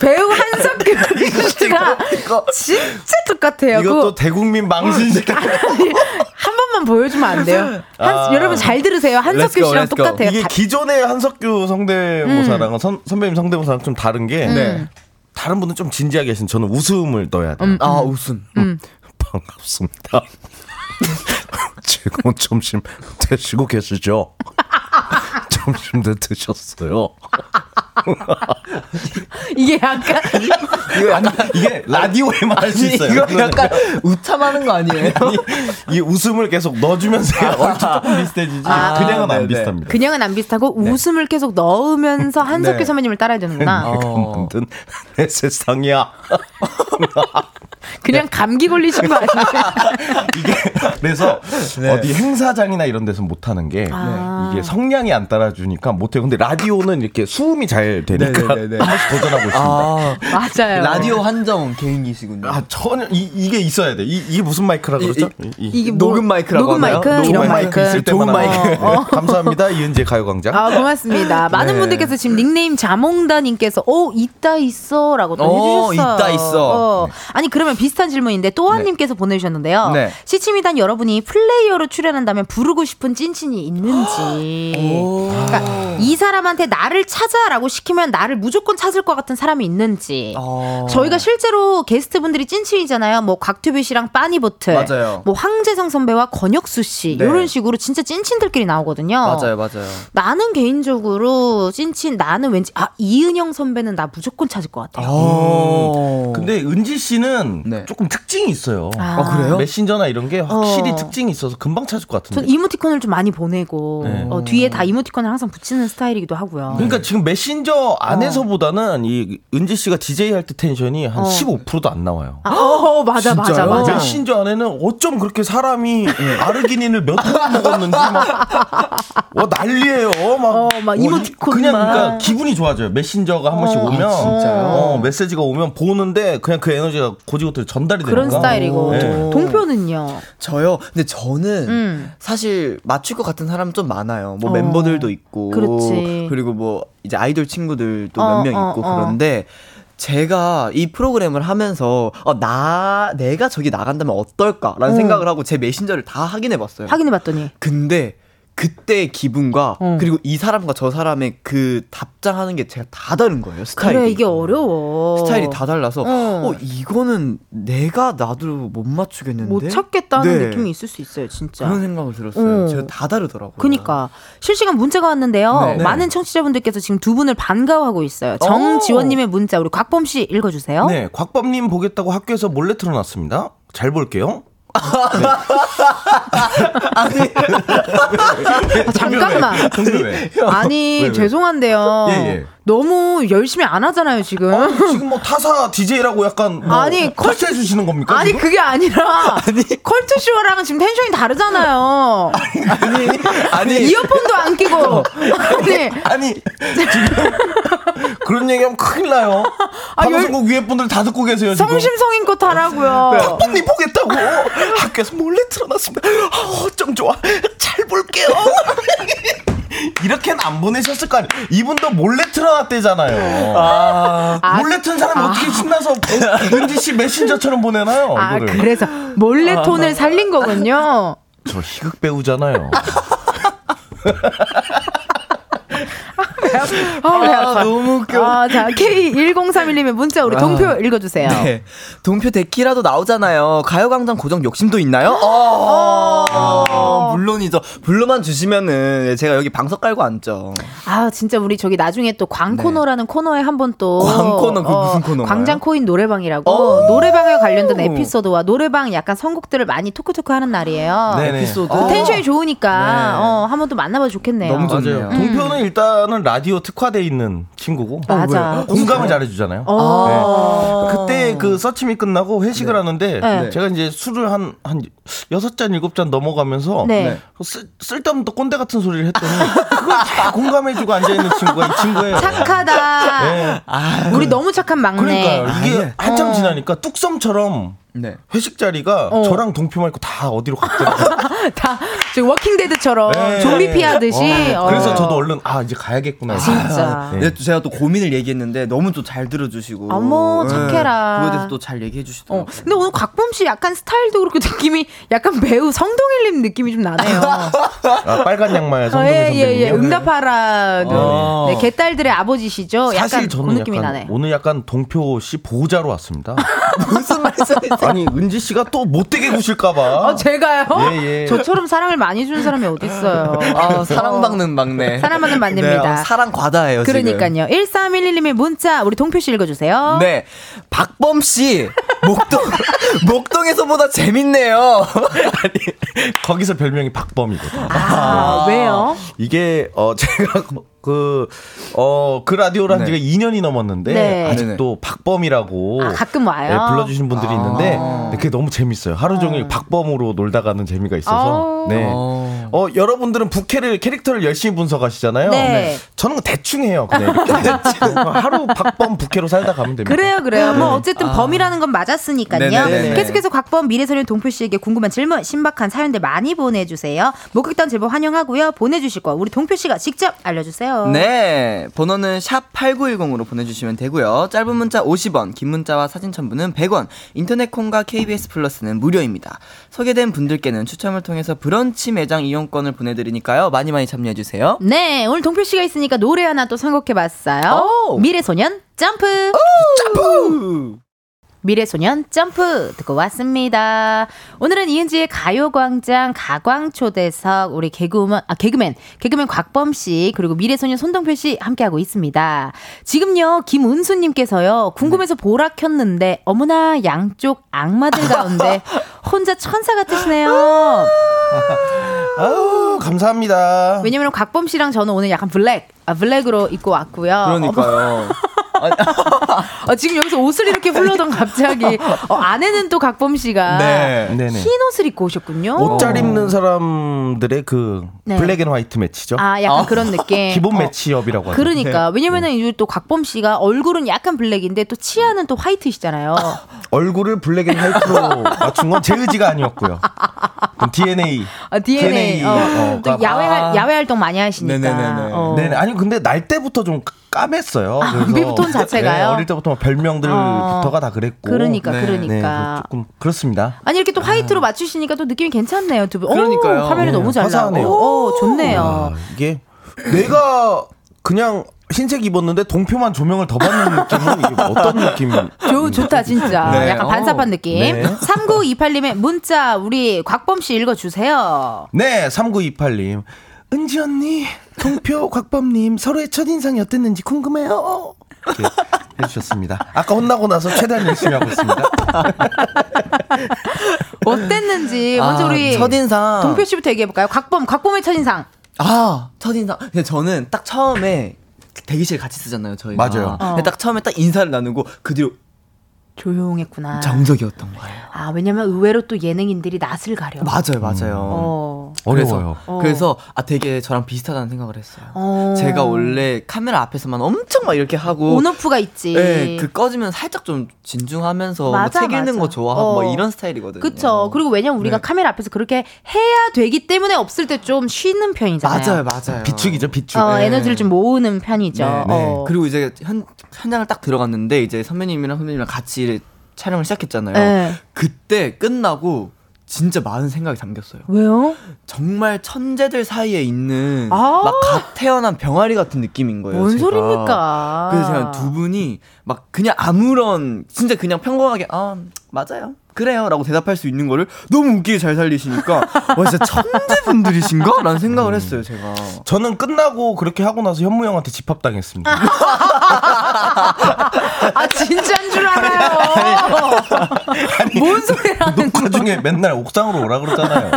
S1: 배우 한석규 씨가 진짜 똑같아요.
S8: 이것도
S1: 그거
S8: 대국민 망신식
S1: 아, 한 번만 보여주면 안 돼요. 한-
S8: 아.
S1: 여러분 잘 들으세요. 한석규
S9: Let's go,
S1: 씨랑
S9: let's go.
S1: 똑같아요.
S8: 이게
S1: 다- 음.
S8: 기존의 한석규 성대모사랑은 선, 선배님 성대모사랑 좀 다른 게
S9: 네.
S8: 다른 분은 좀 진지하게 계신 저는 웃음을 넣어야 돼요.
S9: 아 웃음.
S8: 반갑습니다. 지금 점심 드시고 계시죠? 점심 때 드셨어요?
S1: 이게 약간
S9: 이거 약간
S8: 이게 라디오에만 할 수 있어요.
S9: 이거
S8: 이거는.
S9: 약간 우참하는 거 아니에요?
S8: 이, 이 웃음을 계속 넣어주면서 해야 아, 얼추 조금 비슷해지지.
S9: 아,
S8: 그냥은
S9: 네네.
S8: 안 비슷합니다.
S1: 그냥은 안 비슷하고 웃음을 계속 넣으면서 한석규
S9: 네.
S1: 선배님을 따라야 되는구나.
S9: 어.
S8: 아무튼 내 세상이야.
S1: 그냥 감기 걸리신 거 아니에요?
S8: 이게 그래서 어디 행사장이나 이런 데서 못 하는 게 이게 성량이 안 따라주니까 못 해요. 근데 라디오는 이렇게 수음이 잘 되니까
S9: 네네네네.
S8: 한 번씩 도전하고 있습니다.
S9: 아,
S1: 맞아요.
S9: 라디오 한정 개인기시군요.
S8: 아, 전혀 이, 이게 있어야 돼. 이, 이게 무슨 마이크라 그러죠?
S9: 이-
S8: 이- 이-
S1: 이게 뭐-
S9: 녹음 마이크라고
S1: 녹음
S9: 하나요?
S1: 마이크
S8: 녹음
S1: 이런
S8: 마이크
S1: 마이크. 어.
S8: 있을 때만
S9: 좋은
S8: 하는
S9: 마이크.
S8: 거. 네, 감사합니다. 이은재 가요광장.
S1: 아 고맙습니다. 많은
S9: 네.
S1: 분들께서 지금 닉네임 자몽다님께서 오 있다 있어라고 또
S9: 어,
S1: 해주셨어요.
S9: 있다 있어.
S1: 어. 아니 그러면 비슷한 질문인데 또한님께서 보내주셨는데요.
S9: 네.
S1: 시치미단 여러분이 플레이어로 출연한다면 부르고 싶은 찐친이 있는지. 그러니까 이 사람한테 나를 찾아라고 시키면 나를 무조건 찾을 것 같은 사람이 있는지.
S9: 어.
S1: 저희가 실제로 게스트분들이 찐친이잖아요. 뭐 곽튜비 씨랑 빠니보틀,
S9: 맞아요.
S1: 뭐 황재성 선배와 권혁수 씨
S9: 네.
S1: 이런 식으로 진짜 찐친들끼리 나오거든요.
S9: 맞아요, 맞아요.
S1: 나는 개인적으로 찐친 나는 왠지 아 이은영 선배는 나 무조건 찾을 것 같아요.
S9: 어.
S8: 음. 근데 은지 씨는
S9: 네.
S8: 조금 특징이 있어요.
S9: 아, 그래요?
S8: 메신저나 이런 게 확실히
S1: 어.
S8: 특징이 있어서 금방 찾을 것 같은데.
S1: 전
S9: 네.
S1: 이모티콘을 좀 많이 보내고
S8: 네.
S1: 어, 뒤에 다 이모티콘을 항상 붙이는 스타일이기도 하고요.
S9: 네.
S8: 그러니까 지금 메신저 안에서보다는 이 은지 씨가 DJ 할 때 텐션이
S1: 어.
S8: 한 15%도 안 나와요.
S1: 아, 어, 맞아 맞아
S9: 진짜요?
S1: 맞아. 예.
S8: 메신저 안에는 어쩜 그렇게 사람이 아르기닌을 몇 번 먹었는지 막, 와, 난리예요. 막,
S1: 어, 막
S8: 이-
S1: 이모티콘
S8: 그냥
S1: 막. 아,
S8: 그러니까 기분이 좋아져요. 메신저가 한 번씩 오면 어, 메시지가 오면 보는데 그냥 그 에너지가 고지고대로 전달이 되는
S1: 그런 스타일이고
S8: 네.
S1: 동표는요.
S9: 저요. 근데 저는
S1: 음.
S9: 사실 맞출 것 같은 사람 좀 많아요. 뭐 멤버들도 있고,
S1: 어. 그렇지.
S9: 리고뭐 이제 아이돌 친구들도
S1: 어,
S9: 몇 명
S1: 어,
S9: 있고
S1: 어.
S9: 그런데 제가 이 프로그램을 하면서 어, 나 내가 저기 나간다면 어떨까라는 생각을 하고 제 메신저를 다 확인해봤어요.
S1: 음. 확인해봤더니
S9: 근데 그때의 기분과
S1: 어.
S9: 그리고 이 사람과 저 사람의 그 답장하는 게 제가 다 다른 거예요. 스타일이.
S1: 그래 이게 어려워.
S9: 스타일이 다 달라서
S1: 어.
S9: 어, 이거는 내가 나도 못 맞추겠는데
S1: 못 찾겠다는
S9: 네.
S1: 느낌이 있을 수 있어요 진짜.
S9: 그런 생각을 들었어요.
S1: 어.
S9: 제가 다 다르더라고요.
S1: 그니까 실시간 문자가 왔는데요.
S9: 네.
S1: 많은 청취자분들께서 지금 두 분을 반가워하고 있어요. 정지원님의 문자 우리 곽범 씨 읽어주세요.
S8: 네, 곽범님 보겠다고 학교에서 몰래 틀어놨습니다. 잘 볼게요.
S1: 아, 잠깐만.
S8: 근데 왜?
S1: 아니
S8: 왜, 왜?
S1: 죄송한데요.
S8: 예, 예.
S1: 너무 열심히 안 하잖아요 지금.
S8: 지금 뭐 타사 DJ라고 약간 뭐
S1: 아니, 컬-
S8: 컬처 해주시는 겁니까?
S1: 아니
S8: 지금?
S1: 그게 아니라 컬투쇼랑 지금 텐션이 다르잖아요.
S9: 아니 아니
S1: 이어폰도 안 끼고. 아니
S8: 아니 지금 그런 얘기하면 큰일 나요.
S1: 아,
S8: 방송국 위에 분들 다 듣고 계세요 지금.
S1: 성심성의껏 하라고요.
S8: 님 보겠다고 학교에서 몰래 틀어놨습니다. 아, 어쩜 좋아. 잘 볼게요. 이렇게는 안 보내셨을 거 아니에요. 이분도 몰래 틀어놨대잖아요. 몰래 튼 사람이 어떻게 신나서 은지 씨 메신저처럼 보내나요?
S1: 아
S8: 이거를.
S1: 그래서 몰래 톤을 살린 거군요.
S8: 저 희극 배우잖아요.
S1: 아, 왜 아파.
S9: 너무 웃겨.
S1: 아, 자, K1031님의 문자 우리 동표 읽어주세요.
S9: 네. 동표 데키라도 나오잖아요. 가요광장 고정 욕심도 있나요?
S8: 아.
S1: 아.
S9: 어. 어, 물론이죠. 불러만 주시면은 예, 제가 여기 방석 깔고 앉죠.
S1: 아, 진짜 우리 저기 나중에 또 광코너라는 코너에 한번 또. 어,
S9: 광코너, 그거 무슨 코너인가요?
S1: 광장코인 노래방이라고.
S9: 오!
S1: 노래방에 관련된 에피소드와 노래방 약간 선곡들을 많이 토크토크 하는 날이에요.
S9: 에피소드.
S1: 그 텐션이 좋으니까,
S9: 네.
S1: 어, 한번 또 만나봐 좋겠네요. 음.
S9: 너무 좋-
S8: 맞아요.
S9: 좋네요.
S8: 동표는 일단은 라디오 특화돼 있는 친구고
S1: 어,
S8: 어,
S1: 맞아.
S8: 공감을 잘해주잖아요.
S1: 어.
S8: 그때 그 서침이 끝나고 회식을 하는데
S1: 네.
S8: 제가 이제 술을 한 한 여섯 잔 일곱 잔 넘어가면서 그
S1: 네.
S8: 쓸- 쓸데없는 또 꼰대 같은 소리를 했더니 그걸 다 공감해주고 앉아있는 친구가 이 친구예요.
S1: 착하다.
S8: 예.
S9: 아, 네.
S1: 우리 너무 착한 막내.
S8: 네. 그러니까요. 이게 한참
S1: 어.
S8: 지나니까 뚝섬처럼
S9: 예. 네.
S8: 회식 자리가 저랑 동표만 있고 다 어디로 갔더라고요.
S1: 다 지금 워킹데드처럼
S8: 네.
S1: 어, 좀비 피하듯이.
S8: 어, 그래서 저도 얼른 아 이제 가야겠구나.
S1: 진짜.
S8: 네.
S9: 근데 또 제가 또 고민을 얘기했는데 너무 또 잘 들어주시고. 예,
S1: 어머, 착해라.
S9: 그거에 대해서 또 잘
S1: 어,
S9: 얘기해주시더라고요.
S1: 근데 오늘 곽범 씨 약간 스타일도 그렇고 느낌이 약간 배우 성동일님 느낌이 좀 나네요.
S8: 아, 빨간 양말
S9: 그
S8: 그
S1: 어,
S8: 성동희
S1: 예, 예,
S8: 선배님.
S1: 예. 응답하라. 그,
S9: 아.
S8: 어.
S1: 네, 개딸들의 아버지시죠?
S8: 사실
S1: 약간
S8: 저는
S1: 그 느낌이
S8: 약간
S1: 나네.
S8: 오늘 약간 동표 씨 보호자로 왔습니다.
S9: 무슨 말씀이세요?
S8: 아니 은지 씨가 또 못되게 구실까봐.
S1: 아, 제가요?
S8: 예, 예.
S1: 저처럼 사랑을 많이 주는 사람이 어디 있어요?
S9: 아, 사랑받는 막내.
S1: 사랑받는 막내입니다.
S9: 네, 어, 사랑 과다예요, 지금.
S1: 그러니까요. 1311님의 문자 우리 동표 씨 읽어 주세요.
S9: 네. 박범 씨 목동 목동에서보다 재밌네요. 아니.
S8: 거기서 별명이 박범이거든. 요
S1: 아, 왜요?
S8: 이게 어 제가 그어그 그 라디오를 한 지가 2년이 넘었는데
S1: 네.
S8: 아직도 박범이라고
S1: 아, 가끔 와요?
S8: 예, 불러주신 분들이 있는데 근데 그게 너무 재밌어요. 하루 종일 박범으로 놀다 가는 재미가
S1: 아.
S8: 있어서 네.
S9: 어.
S8: 어 여러분들은 부캐를 캐릭터를 열심히 분석하시잖아요.
S1: 네. 네.
S8: 저는 그거 대충 해요. 그냥 이렇게 뭐 하루 박범 부캐로 살다 가면 됩니다.
S1: 그래요, 그래요. 뭐 어쨌든 범이라는 건 맞았으니까요.
S9: 네. 아. 네네네네.
S1: 계속해서 곽범 미래소년 동표 씨에게 궁금한 질문, 신박한 사연들 많이 보내주세요. 목격단 제보 환영하고요. 보내주실 거 우리 동표 씨가 직접 알려주세요.
S9: 네. 번호는 샵 8910으로 보내주시면 되고요. 짧은 문자 50원, 긴 문자와 사진 첨부는 100원, 인터넷 콩과 KBS 플러스는 무료입니다. 소개된 분들께는 추첨을 통해서 브런치 매장 이용권을 보내드리니까요. 많이 많이 참여해주세요.
S1: 네, 오늘 동표 씨가 있으니까 노래 하나 또 선곡해봤어요.
S9: 오!
S1: 미래소년 점프. 미래소년 점프 듣고 왔습니다. 오늘은 이은지의 가요광장 가광초대석 우리 개그우먼 아 개그맨 개그맨 곽범 씨 그리고 미래소년 손동표 씨 함께하고 있습니다. 지금요 김은수님께서요 궁금해서
S9: 네.
S1: 보라 켰는데 어머나 양쪽 악마들 가운데 혼자 천사
S9: 아!
S1: 같으시네요.
S8: 아우 어, 감사합니다.
S1: 왜냐면 곽범 씨랑 저는 오늘 약간 블랙, 아, 블랙으로 입고 왔고요.
S9: 그러니까요.
S1: 어, 지금 여기서 옷을 이렇게 풀러던 갑자기 어, 안에는 또 곽범 씨가
S9: 네.
S8: 네네.
S1: 흰 옷을 입고 오셨군요.
S8: 옷 잘 입는 사람들의 그
S1: 네.
S8: 블랙 앤 화이트 매치죠.
S1: 아, 약간 그런 느낌.
S8: 기본
S1: 어,
S8: 매치업이라고 하죠. 네.
S1: 그러니까 왜냐면은 이또 곽범 씨가 얼굴은 약간 블랙인데 또 치아는 또 화이트시잖아요.
S8: 얼굴을 블랙 앤 화이트로 맞춘 건 제 의지가 아니었고요. 그럼 DNA.
S1: 아, DNA.
S8: DNA.
S1: 어,
S8: 어,
S1: 또
S8: 가-
S1: 야외
S9: 아.
S1: 야외 활동 많이 하시니까.
S9: 네네네네.
S1: 어. 아,
S8: 네, 아니 근데 날 때부터 좀 까- 까맸어요. 그래서
S1: 비브톤 자체가요?
S8: 네, 어릴 때부터 별명들부터가 다 그랬고.
S1: 그러니까
S9: 네.
S1: 그러니까.
S8: 네, 그래서 조금 그렇습니다.
S1: 아니 이렇게 또 화이트로 맞추시니까 또 느낌이 괜찮네요 두 분. 오,
S9: 그러니까요.
S1: 화면이
S9: 네,
S1: 너무 잘
S8: 화사하네요.
S1: 나와요. 오, 좋네요. 어.
S8: 아, 이게 내가 그냥 흰색 입었는데 동표만 조명을 더 받는 느낌은 이게 뭐 어떤 느낌?
S1: 좋, 좋다 진짜.
S9: 네.
S1: 약간
S9: 어.
S1: 반사판 느낌.
S8: 네.
S1: 3928님의 문자 우리 곽범 씨 읽어 주세요.
S8: 네, 3928님. 은지 언니, 동표, 곽범님, 서로의 첫인상이 어땠는지 궁금해요. 이렇게 해주셨습니다. 아까 혼나고 나서 최대한 열심히 하고 있습니다.
S1: 어땠는지
S9: 아,
S1: 먼저 우리
S9: 첫인상.
S1: 동표 씨부터 얘기해 볼까요? 곽범 곽범의 첫인상.
S9: 아, 첫인상. 근데 저는 딱 처음에 대기실 같이 쓰잖아요, 저희가.
S8: 맞아요.
S9: 근데 딱 처음에 딱 인사를 나누고 그 뒤로 아.
S1: 조용했구나.
S9: 정적이었던 거예요.
S1: 아, 왜냐면 의외로 또 예능인들이 낯을 가려.
S9: 맞아요, 맞아요.
S1: 어.
S8: 어려워요.
S9: 그래서, 그래서 아 되게 저랑 비슷하다는 생각을 했어요.
S1: 어.
S9: 제가 원래 카메라 앞에서만 엄청 막 이렇게 하고
S1: 온오프가 있지.
S9: 뭐 네, 그 꺼지면 살짝 좀 진중하면서
S1: 맞아,
S9: 뭐책 읽는
S1: 맞아.
S9: 거 좋아하고 뭐
S1: 어.
S9: 이런 스타일이거든요.
S1: 그쵸. 그리고 왜냐면 우리가
S9: 네.
S1: 카메라 앞에서 그렇게 해야 되기 때문에 없을 때 좀 쉬는 편이잖아요.
S9: 맞아요, 맞아요.
S8: 비축이죠, 비축.
S1: 어,
S9: 네.
S1: 에너지를 좀 모으는 편이죠.
S9: 네.
S1: 어.
S9: 그리고 이제 현 현장을 딱 들어갔는데 이제 선배님이랑 선배님이랑 같이 촬영을 시작했잖아요.
S1: 네.
S9: 그때 끝나고 진짜 많은 생각이 담겼어요.
S1: 왜요?
S9: 정말 천재들 사이에 있는
S1: 아.
S9: 막 갓 태어난 병아리 같은 느낌인 거예요.
S1: 뭔
S9: 제가.
S1: 소리입니까?
S9: 그래서 그냥 두 분이 막 그냥 아무런 진짜 그냥 평범하게 아 맞아요 그래요라고 대답할 수 있는 거를 너무 웃기게 잘 살리시니까 와 진짜 천재분들이신가라는
S1: 음.
S9: 생각을 했어요 제가.
S8: 저는 끝나고 그렇게 하고 나서 현무 형한테 집합당했습니다.
S1: 아 진짜인 줄 알아요. 뭔 소리라는
S8: 녹화 중에 그 맨날 옥상으로 오라 그러잖아요.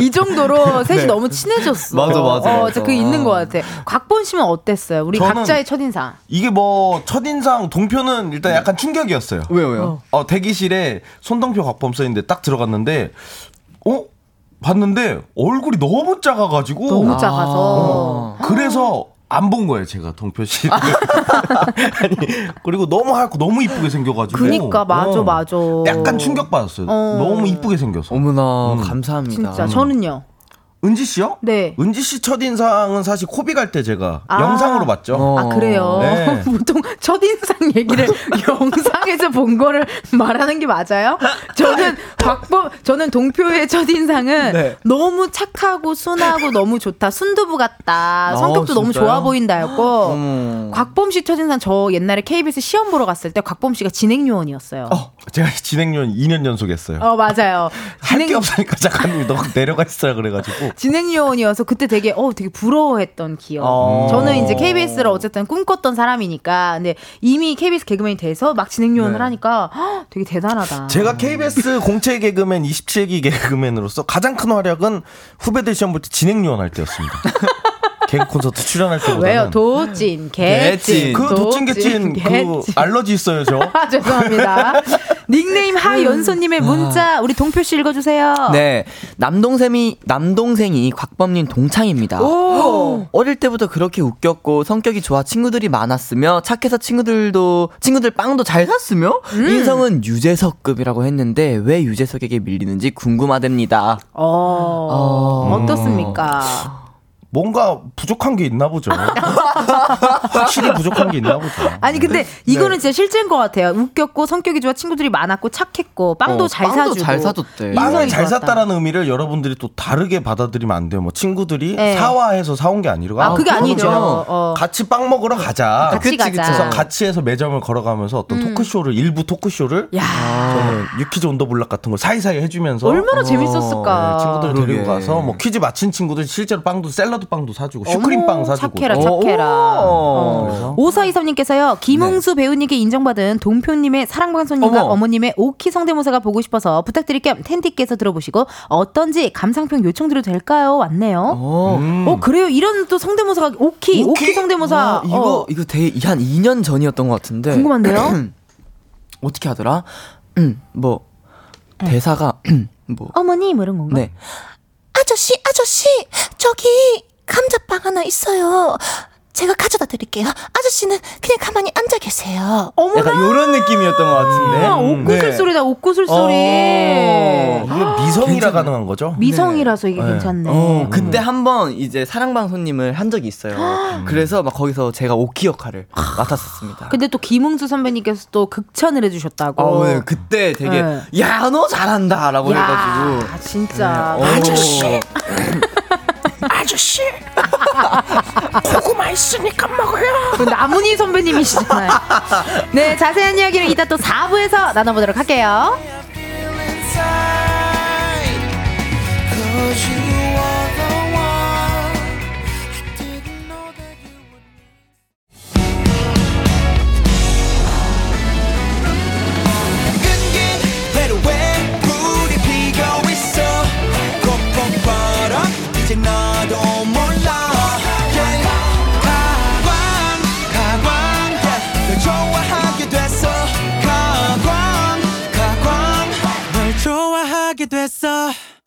S1: 이 정도로 셋이 너무 친해졌어.
S9: 네. 맞아, 맞아, 음.
S1: 어,
S9: 맞아.
S1: 그 있는 것 같아. 곽본 씨는 어땠어요? 우리
S8: 저는-
S1: 각자의 첫인상.
S8: 이게 뭐 첫인상 동표는 일단 약간 충격이었어요.
S9: 왜요 왜요?
S8: 어, 대기실에 손동표 곽범 써있는데 딱 들어갔는데, 어? 봤는데 얼굴이 너무 작아가지고.
S1: 너무
S9: 어.
S1: 작아서.
S8: 어. 그래서 안 본 거예요, 제가 동표 씨. 아니, 그리고 너무 하얗고 너무 이쁘게 생겨가지고.
S1: 그니까 맞아
S8: 어.
S1: 맞아.
S8: 약간 충격받았어요.
S1: 어.
S8: 너무 이쁘게 생겨서.
S1: 음.
S9: 어머나 감사합니다.
S1: 진짜 저는요.
S8: 은지 씨요?
S1: 네.
S8: 은지 씨 첫인상은 사실 코비 갈 때 제가
S1: 아.
S8: 영상으로 봤죠.
S9: 어.
S1: 아, 그래요?
S8: 네.
S1: 보통 첫인상 얘기를 영상에서 본 거를 말하는 게 맞아요? 저는 곽범, 저는 동표의 첫인상은
S9: 네.
S1: 너무 착하고 순하고 너무 좋다. 순두부 같다.
S9: 아,
S1: 성격도 너무
S9: 진짜요? 음.
S1: 좋아 보인다였고.
S9: 어머.
S1: 곽범 씨 첫인상 저 옛날에 KBS 시험 보러 갔을 때 곽범 씨가 진행요원이었어요. 어,
S8: 제가 진행료는 2년 연속 했어요.
S1: 맞아요.
S8: 할 게 없으니까 작가님이 너무 내려가 있으라 그래가지고.
S1: 진행요원이어서 그때 되게 어 되게 부러워했던 기억.
S9: 어.
S1: 저는 이제 KBS를 어쨌든 꿈꿨던 사람이니까 근데 이미 KBS 개그맨이 돼서 막 진행요원을
S9: 네.
S1: 하니까 헉, 되게 대단하다.
S8: 제가 KBS 공채 개그맨 27기 개그맨으로서 가장 큰 활약은 후배들 시험 볼 때 진행요원 할 때였습니다. 개그 콘서트 출연할 때보다는.
S1: 왜요? 도찐, 개찐,
S9: 개찐.
S8: 그 도찐 개찐 그
S1: 개찐.
S8: 알러지 있어요 저.
S1: 아, 죄송합니다. 닉네임
S8: 음.
S1: 하연소님의
S8: 아.
S1: 문자 우리 동표 씨 읽어주세요.
S9: 네. 남동생이, 남동생이 곽범님 동창입니다. 어릴 때부터 그렇게 웃겼고 성격이 좋아 친구들이 많았으며 착해서 친구들도, 친구들 빵도 잘 샀으며
S1: 음.
S9: 인성은 유재석급이라고 했는데 왜 유재석에게 밀리는지 궁금하답니다.
S1: 어,
S9: 어.
S1: 어떻습니까?
S8: 뭔가 부족한 게 있나 보죠. 확실히 부족한 게 있나 보죠. 네.
S1: 아니
S9: 네.
S1: 근데 이거는 진짜 실제인 것 같아요. 웃겼고 성격이 좋아 친구들이 많았고 착했고 빵도
S9: 어,
S1: 잘
S9: 빵도
S1: 사주고
S9: 잘 사줬대.
S8: 빵을
S1: 인성이
S8: 잘
S1: 좋았다.
S8: 샀다라는 의미를 여러분들이 또 다르게 받아들이면 안 돼요. 뭐 친구들이
S1: 네.
S8: 사와해서 사온 게 아니라
S1: 아, 그게
S8: 그거는
S1: 아니죠.
S8: 그냥
S1: 어.
S8: 같이 빵 먹으러 가자.
S1: 같이
S8: 그치, 그치.
S1: 가자.
S8: 그래서 같이 해서 매점을 걸어가면서 어떤 토크쇼를 일부 토크쇼를
S1: 음. 야
S8: 저는 유퀴즈 온더 블락 같은 걸 사이사이 해주면서
S1: 얼마나
S8: 어,
S1: 재밌었을까.
S8: 네, 친구들 데리고
S9: 그러게.
S8: 가서 뭐 퀴즈 맞힌 친구들 실제로 빵도 샐러드 빵도 사주고 슈크림 빵 사주고
S1: 착해라,
S8: 어,
S1: 착해라.
S9: 어.
S8: 그래서?
S1: 5423님께서요, 김홍수 배우님께 인정받은 동표님의 사랑방송님과
S9: 네. 어머.
S1: 어머님의 오키 성대모사가 보고 싶어서 부탁드릴 겸 텐디께서 들어보시고 어떤지 감상평 요청드려도 될까요? 왔네요.
S9: 어.
S8: 음.
S1: 어, 그래요? 이런 또 성대모사가 오키, 오키, 성대모사.
S9: 아, 이거
S1: 어,
S9: 이거 되게 이- 한 2년 전이었던 것 같은데.
S1: 궁금한데요?
S9: 어떻게 하더라? 음, 뭐
S1: 음.
S9: 대사가 뭐
S1: 어머님, 이런 건가?
S9: 네.
S5: 아저씨, 아저씨, 저기 감자빵 하나 있어요. 제가 가져다 드릴게요. 아저씨는 그냥 가만히 앉아 계세요.
S9: 약간 요런 느낌이었던 것 같은데.
S1: 아, 옥구슬
S9: 네.
S1: 소리다, 옥구슬 소리.
S8: 이게 미성이라
S9: 괜찮아요.
S8: 가능한 거죠?
S1: 미성이라서 이게 괜찮네.
S9: 어, 그때 한 번 이제 사랑방 손님을 한 적이 있어요. 그래서 막 거기서 제가 오키 역할을 맡았었습니다.
S1: 근데 또 김홍수 선배님께서 또 극찬을 해주셨다고.
S9: 어, 네. 그때 되게
S1: 네.
S9: 야 너 잘한다라고
S1: 야, 아,
S9: 해가지고
S1: 진짜.
S9: 어.
S1: 그 나문희 선배님이시잖아요. 네, 자세한 이야기는 이따 또 4부에서 나눠보도록 할게요.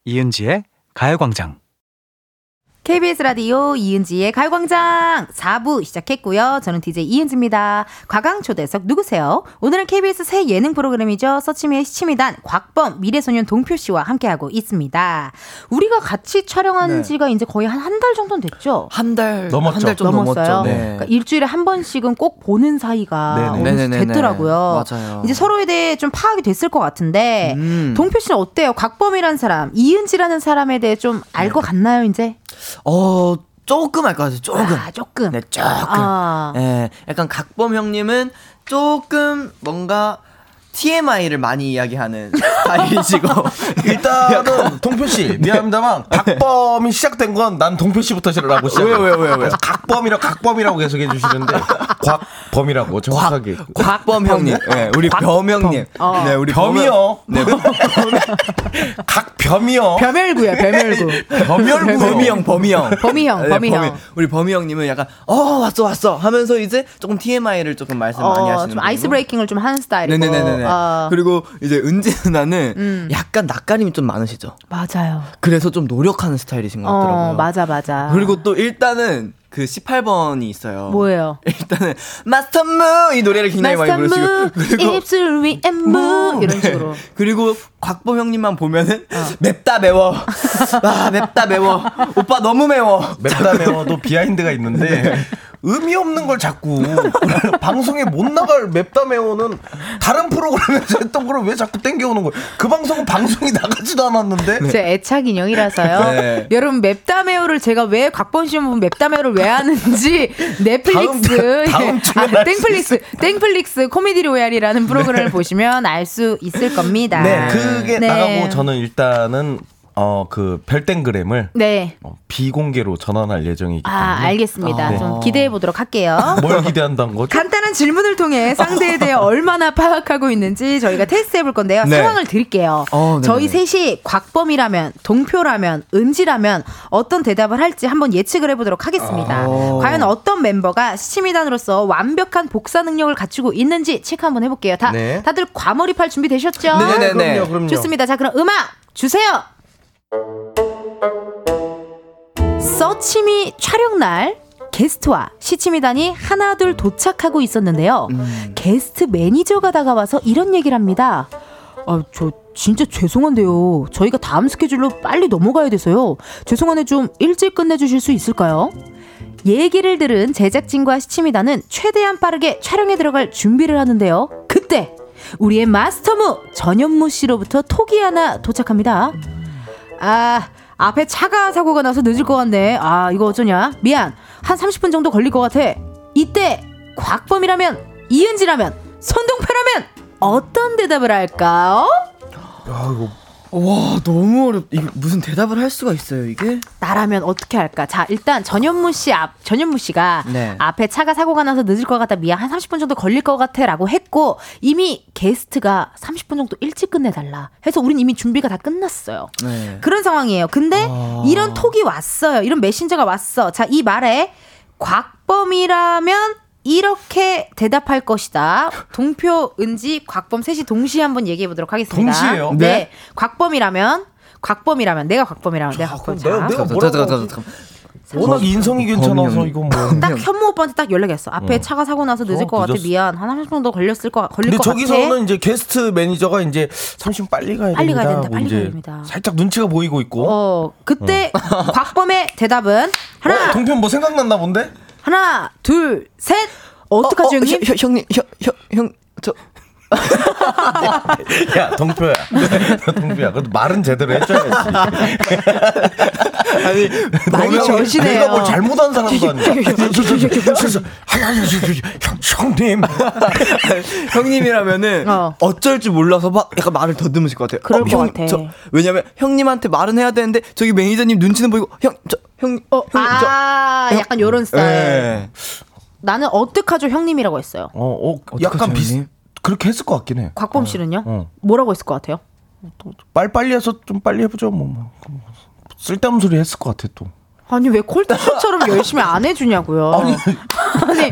S10: 이은지의 가요광장.
S1: KBS 라디오 이은지의 가요광장 4부 시작했고요. 저는 DJ 이은지입니다. 과강초대석 누구세요? 오늘은 KBS 새 예능 프로그램이죠. 서치미의 시치미단 곽범 미래소년 동표 씨와 함께하고 있습니다. 우리가 같이 촬영한
S9: 네.
S1: 지가 이제 거의 한 한 달 정도는 됐죠?
S9: 한 달
S8: 넘었죠.
S9: 한 달 좀 그렇죠. 넘었죠.
S1: 넘었어요.
S9: 네.
S1: 그러니까 일주일에 한 번씩은 꼭 보는 사이가
S8: 네네.
S1: 어느새
S9: 네네네네.
S1: 됐더라고요.
S9: 맞아요.
S1: 이제 서로에 대해 좀 파악이 됐을 것 같은데
S9: 음.
S1: 동표 씨는 어때요? 곽범이라는 사람, 이은지라는 사람에 대해 좀 알
S9: 네.
S1: 것 같나요, 이제?
S9: 어 조금 알 것 같아요. 조금.
S1: 아, 조금.
S9: 네, 조금.
S1: 아.
S9: 예, 약간 각범 형님은 조금 뭔가 TMI를 많이 이야기하는 스타일이시고
S8: 일단은 동표 씨 미안합니다만 각범이 시작된 건 난 동표 씨부터 시작하고 시작.
S9: 네. 왜요, 왜요, 왜요, 왜요?
S8: 각범이라 각범이라고 계속 해주시는데 곽범이라고 정확하게.
S9: 곽범 형님, 예, 우리 범 형님, 네, 우리 범 형-
S8: 범이요. 네, 각범이요.
S1: 벼멸구야, 벼멸구.
S9: 범이 범이형, 범이형,
S1: 범이형,
S9: 네,
S1: 범이형.
S9: 범이- 우리 범이형님은 약간 어 왔어 왔어 하면서 이제 조금 TMI를 조금 말씀 많이
S1: 어,
S9: 하시는
S1: 좀 아이스 브레이킹을 좀 하는 스타일이고. 음.
S9: 네네네네.
S1: 어,
S9: 그리고 이제 은지 누나는 약간 낯가림이 좀 많으시죠.
S1: 맞아요.
S9: 음, 그래서 좀 노력하는 스타일이신 것 같더라고요.
S1: 어, 맞아, 맞아.
S9: 그리고 또 일단은 그 18번이 있어요.
S1: 뭐예요?
S9: 일단은 마스터 무이 노래를 굉장히 많이
S1: 마스터 무
S9: 부르시고 그리고
S1: 입술 위에 무 이런 식으로 어.
S9: 네. 그리고 곽범 형님만 보면은 맵다 매워. 아 맵다 매워. 오빠 너무 매워.
S8: 맵다 매워도 비하인드가 있는데 의미 없는 걸 자꾸 방송에 못 나갈 맵다 매워는 다른 프로그램에서 했던 거를 왜 자꾸 땡겨오는 거예요? 그 방송은 방송이 나가지도 않았는데
S1: 제 애착 인형이라서요.
S9: 네.
S1: 여러분 맵다메오를 제가 왜 곽본 시험 보면 맵다메오를 왜 하는지 넷플릭스
S8: 다음- 다음 주에
S1: 아,
S8: 알수
S1: 땡플릭스 땡플릭스 코미디 로얄이라는
S9: 네.
S1: 프로그램을 보시면 알 수 있을 겁니다.
S8: 네 그게
S1: 네.
S8: 나가고 저는 일단은 어 그 별땡그램을
S1: 네.
S8: 어, 비공개로 전환할 예정이기 때문에
S1: 아 알겠습니다.
S8: 네.
S1: 좀 기대해 보도록 할게요.
S9: 아,
S8: 뭘 기대한다는 거죠?
S1: 간단한 질문을 통해 상대에 대해 얼마나 파악하고 있는지 저희가 테스트해 볼 건데요.
S9: 네.
S1: 상황을 드릴게요.
S9: 어, 네네네.
S1: 저희 셋이 곽범이라면, 동표라면, 은지라면 어떤 대답을 할지 한번 예측을 해보도록 하겠습니다.
S9: 아.
S1: 과연 어떤 멤버가 시치미단으로서 완벽한 복사 능력을 갖추고 있는지 체크 한번 해볼게요. 다,
S8: 네.
S1: 다들 과몰입할 준비 되셨죠?
S9: 네네네.
S8: 그럼요, 그럼요.
S1: 좋습니다. 자, 그럼 음악 주세요! 서치미 촬영 날 게스트와 시치미단이 하나둘 도착하고 있었는데요.
S8: 음.
S1: 게스트 매니저가 다가와서 이런 얘기를 합니다. 아, 저 진짜 죄송한데요. 저희가 다음 스케줄로 빨리 넘어가야 돼서요. 죄송한데 좀 일찍 끝내주실 수 있을까요? 얘기를 들은 제작진과 시치미단은 최대한 빠르게 촬영에 들어갈 준비를 하는데요. 그때 우리의 마스터무 전현무 씨로부터 톡이 하나 도착합니다. 아 앞에 차가 사고가 나서 늦을 것 같네 아 이거 어쩌냐 미안 한 30분 정도 걸릴 것 같아 이때 곽범이라면 이은지라면 손동표라면 어떤 대답을 할까요?
S9: 와 너무 어렵. 이게 무슨 대답을 할 수가 있어요 이게?
S1: 나라면 어떻게 할까? 자, 일단 전현무 씨 앞, 전현무 씨가
S9: 네.
S1: 앞에 차가 사고가 나서 늦을 것 같다. 미안. 한 30분 정도 걸릴 것 같아. 라고 했고, 이미 게스트가 30분 정도 일찍 끝내달라. 해서 우린 이미 준비가 다 끝났어요.
S9: 네.
S1: 그런 상황이에요. 근데
S8: 아.
S1: 이런 톡이 왔어요. 이런 메신저가 왔어. 자, 이 말에 곽범이라면 이렇게 대답할 것이다. 동표, 은지, 곽범 셋이 동시에 한번 얘기해 보도록 하겠습니다.
S8: 동시에요?
S1: 네. 곽범이라면 곽범이라면 내가 곽범이라면 내가 곽범. 자,
S8: 아, 내가- 내가
S9: 잠깐 잠깐 잠깐 잠깐.
S8: 워낙 인성이 괜찮아서
S9: 범인은-
S8: 이건 뭐
S1: 딱 현무 오빠한테 딱 연락했어. 앞에 차가 사고 나서 늦을
S8: 어,
S1: 것 같아.
S8: 늦었어.
S1: 미안. 한 30분 더 걸렸을 거 걸릴
S8: 근데
S1: 것 같아.
S8: 저기서는 이제 게스트 매니저가 이제 30분 빨리 가야
S1: 빨리
S8: 됩니다.
S1: 가야 된다,
S8: 뭐
S1: 빨리
S8: 이제
S1: 가야 됩니다.
S8: 살짝 눈치가 보이고 있고. 어,
S1: 어 그때 곽범의 대답은 하나
S8: 동편 뭐 생각났나 본데?
S1: 하나 둘 셋. 어떡하지
S9: 어,
S1: 형님?
S9: 혀- 혀- 형님 형형저
S8: 야 동표야, 동표야. 그래도 말은 제대로 해줘야지. 아니
S1: 많이 저시네요.
S8: 내가 뭘 잘못한 사람도 아니야. 아니, 아니, 형, 형님.
S9: 형님이라면은
S1: 어.
S9: 어. 쩔줄 몰라서 막 약간 말을 더듬으실 것 같아요. 어,
S1: 그럴 것
S9: 형,
S1: 같아.
S9: 저, 왜냐면 형님한테 말은 해야 되는데 저기 매니저님 눈치는 보이고 형저형 예. 어, 형,
S1: 아 약간 요런
S9: 저.
S1: 스타일. 나는 어떡하죠 형님이라고 했어요.
S8: 어, 어 약간 비슷. 그렇게 했을 것 같긴 해.
S1: 곽범 씨는요?
S8: 어.
S1: 뭐라고 했을 것 같아요?
S8: 말 빨리 해서 좀 빨리 해보죠. 뭐, 뭐. 쓸데없는 소리 했을 것 같아 또.
S1: 아니 왜 콜드쇼처럼 열심히 안 해주냐고요. 아니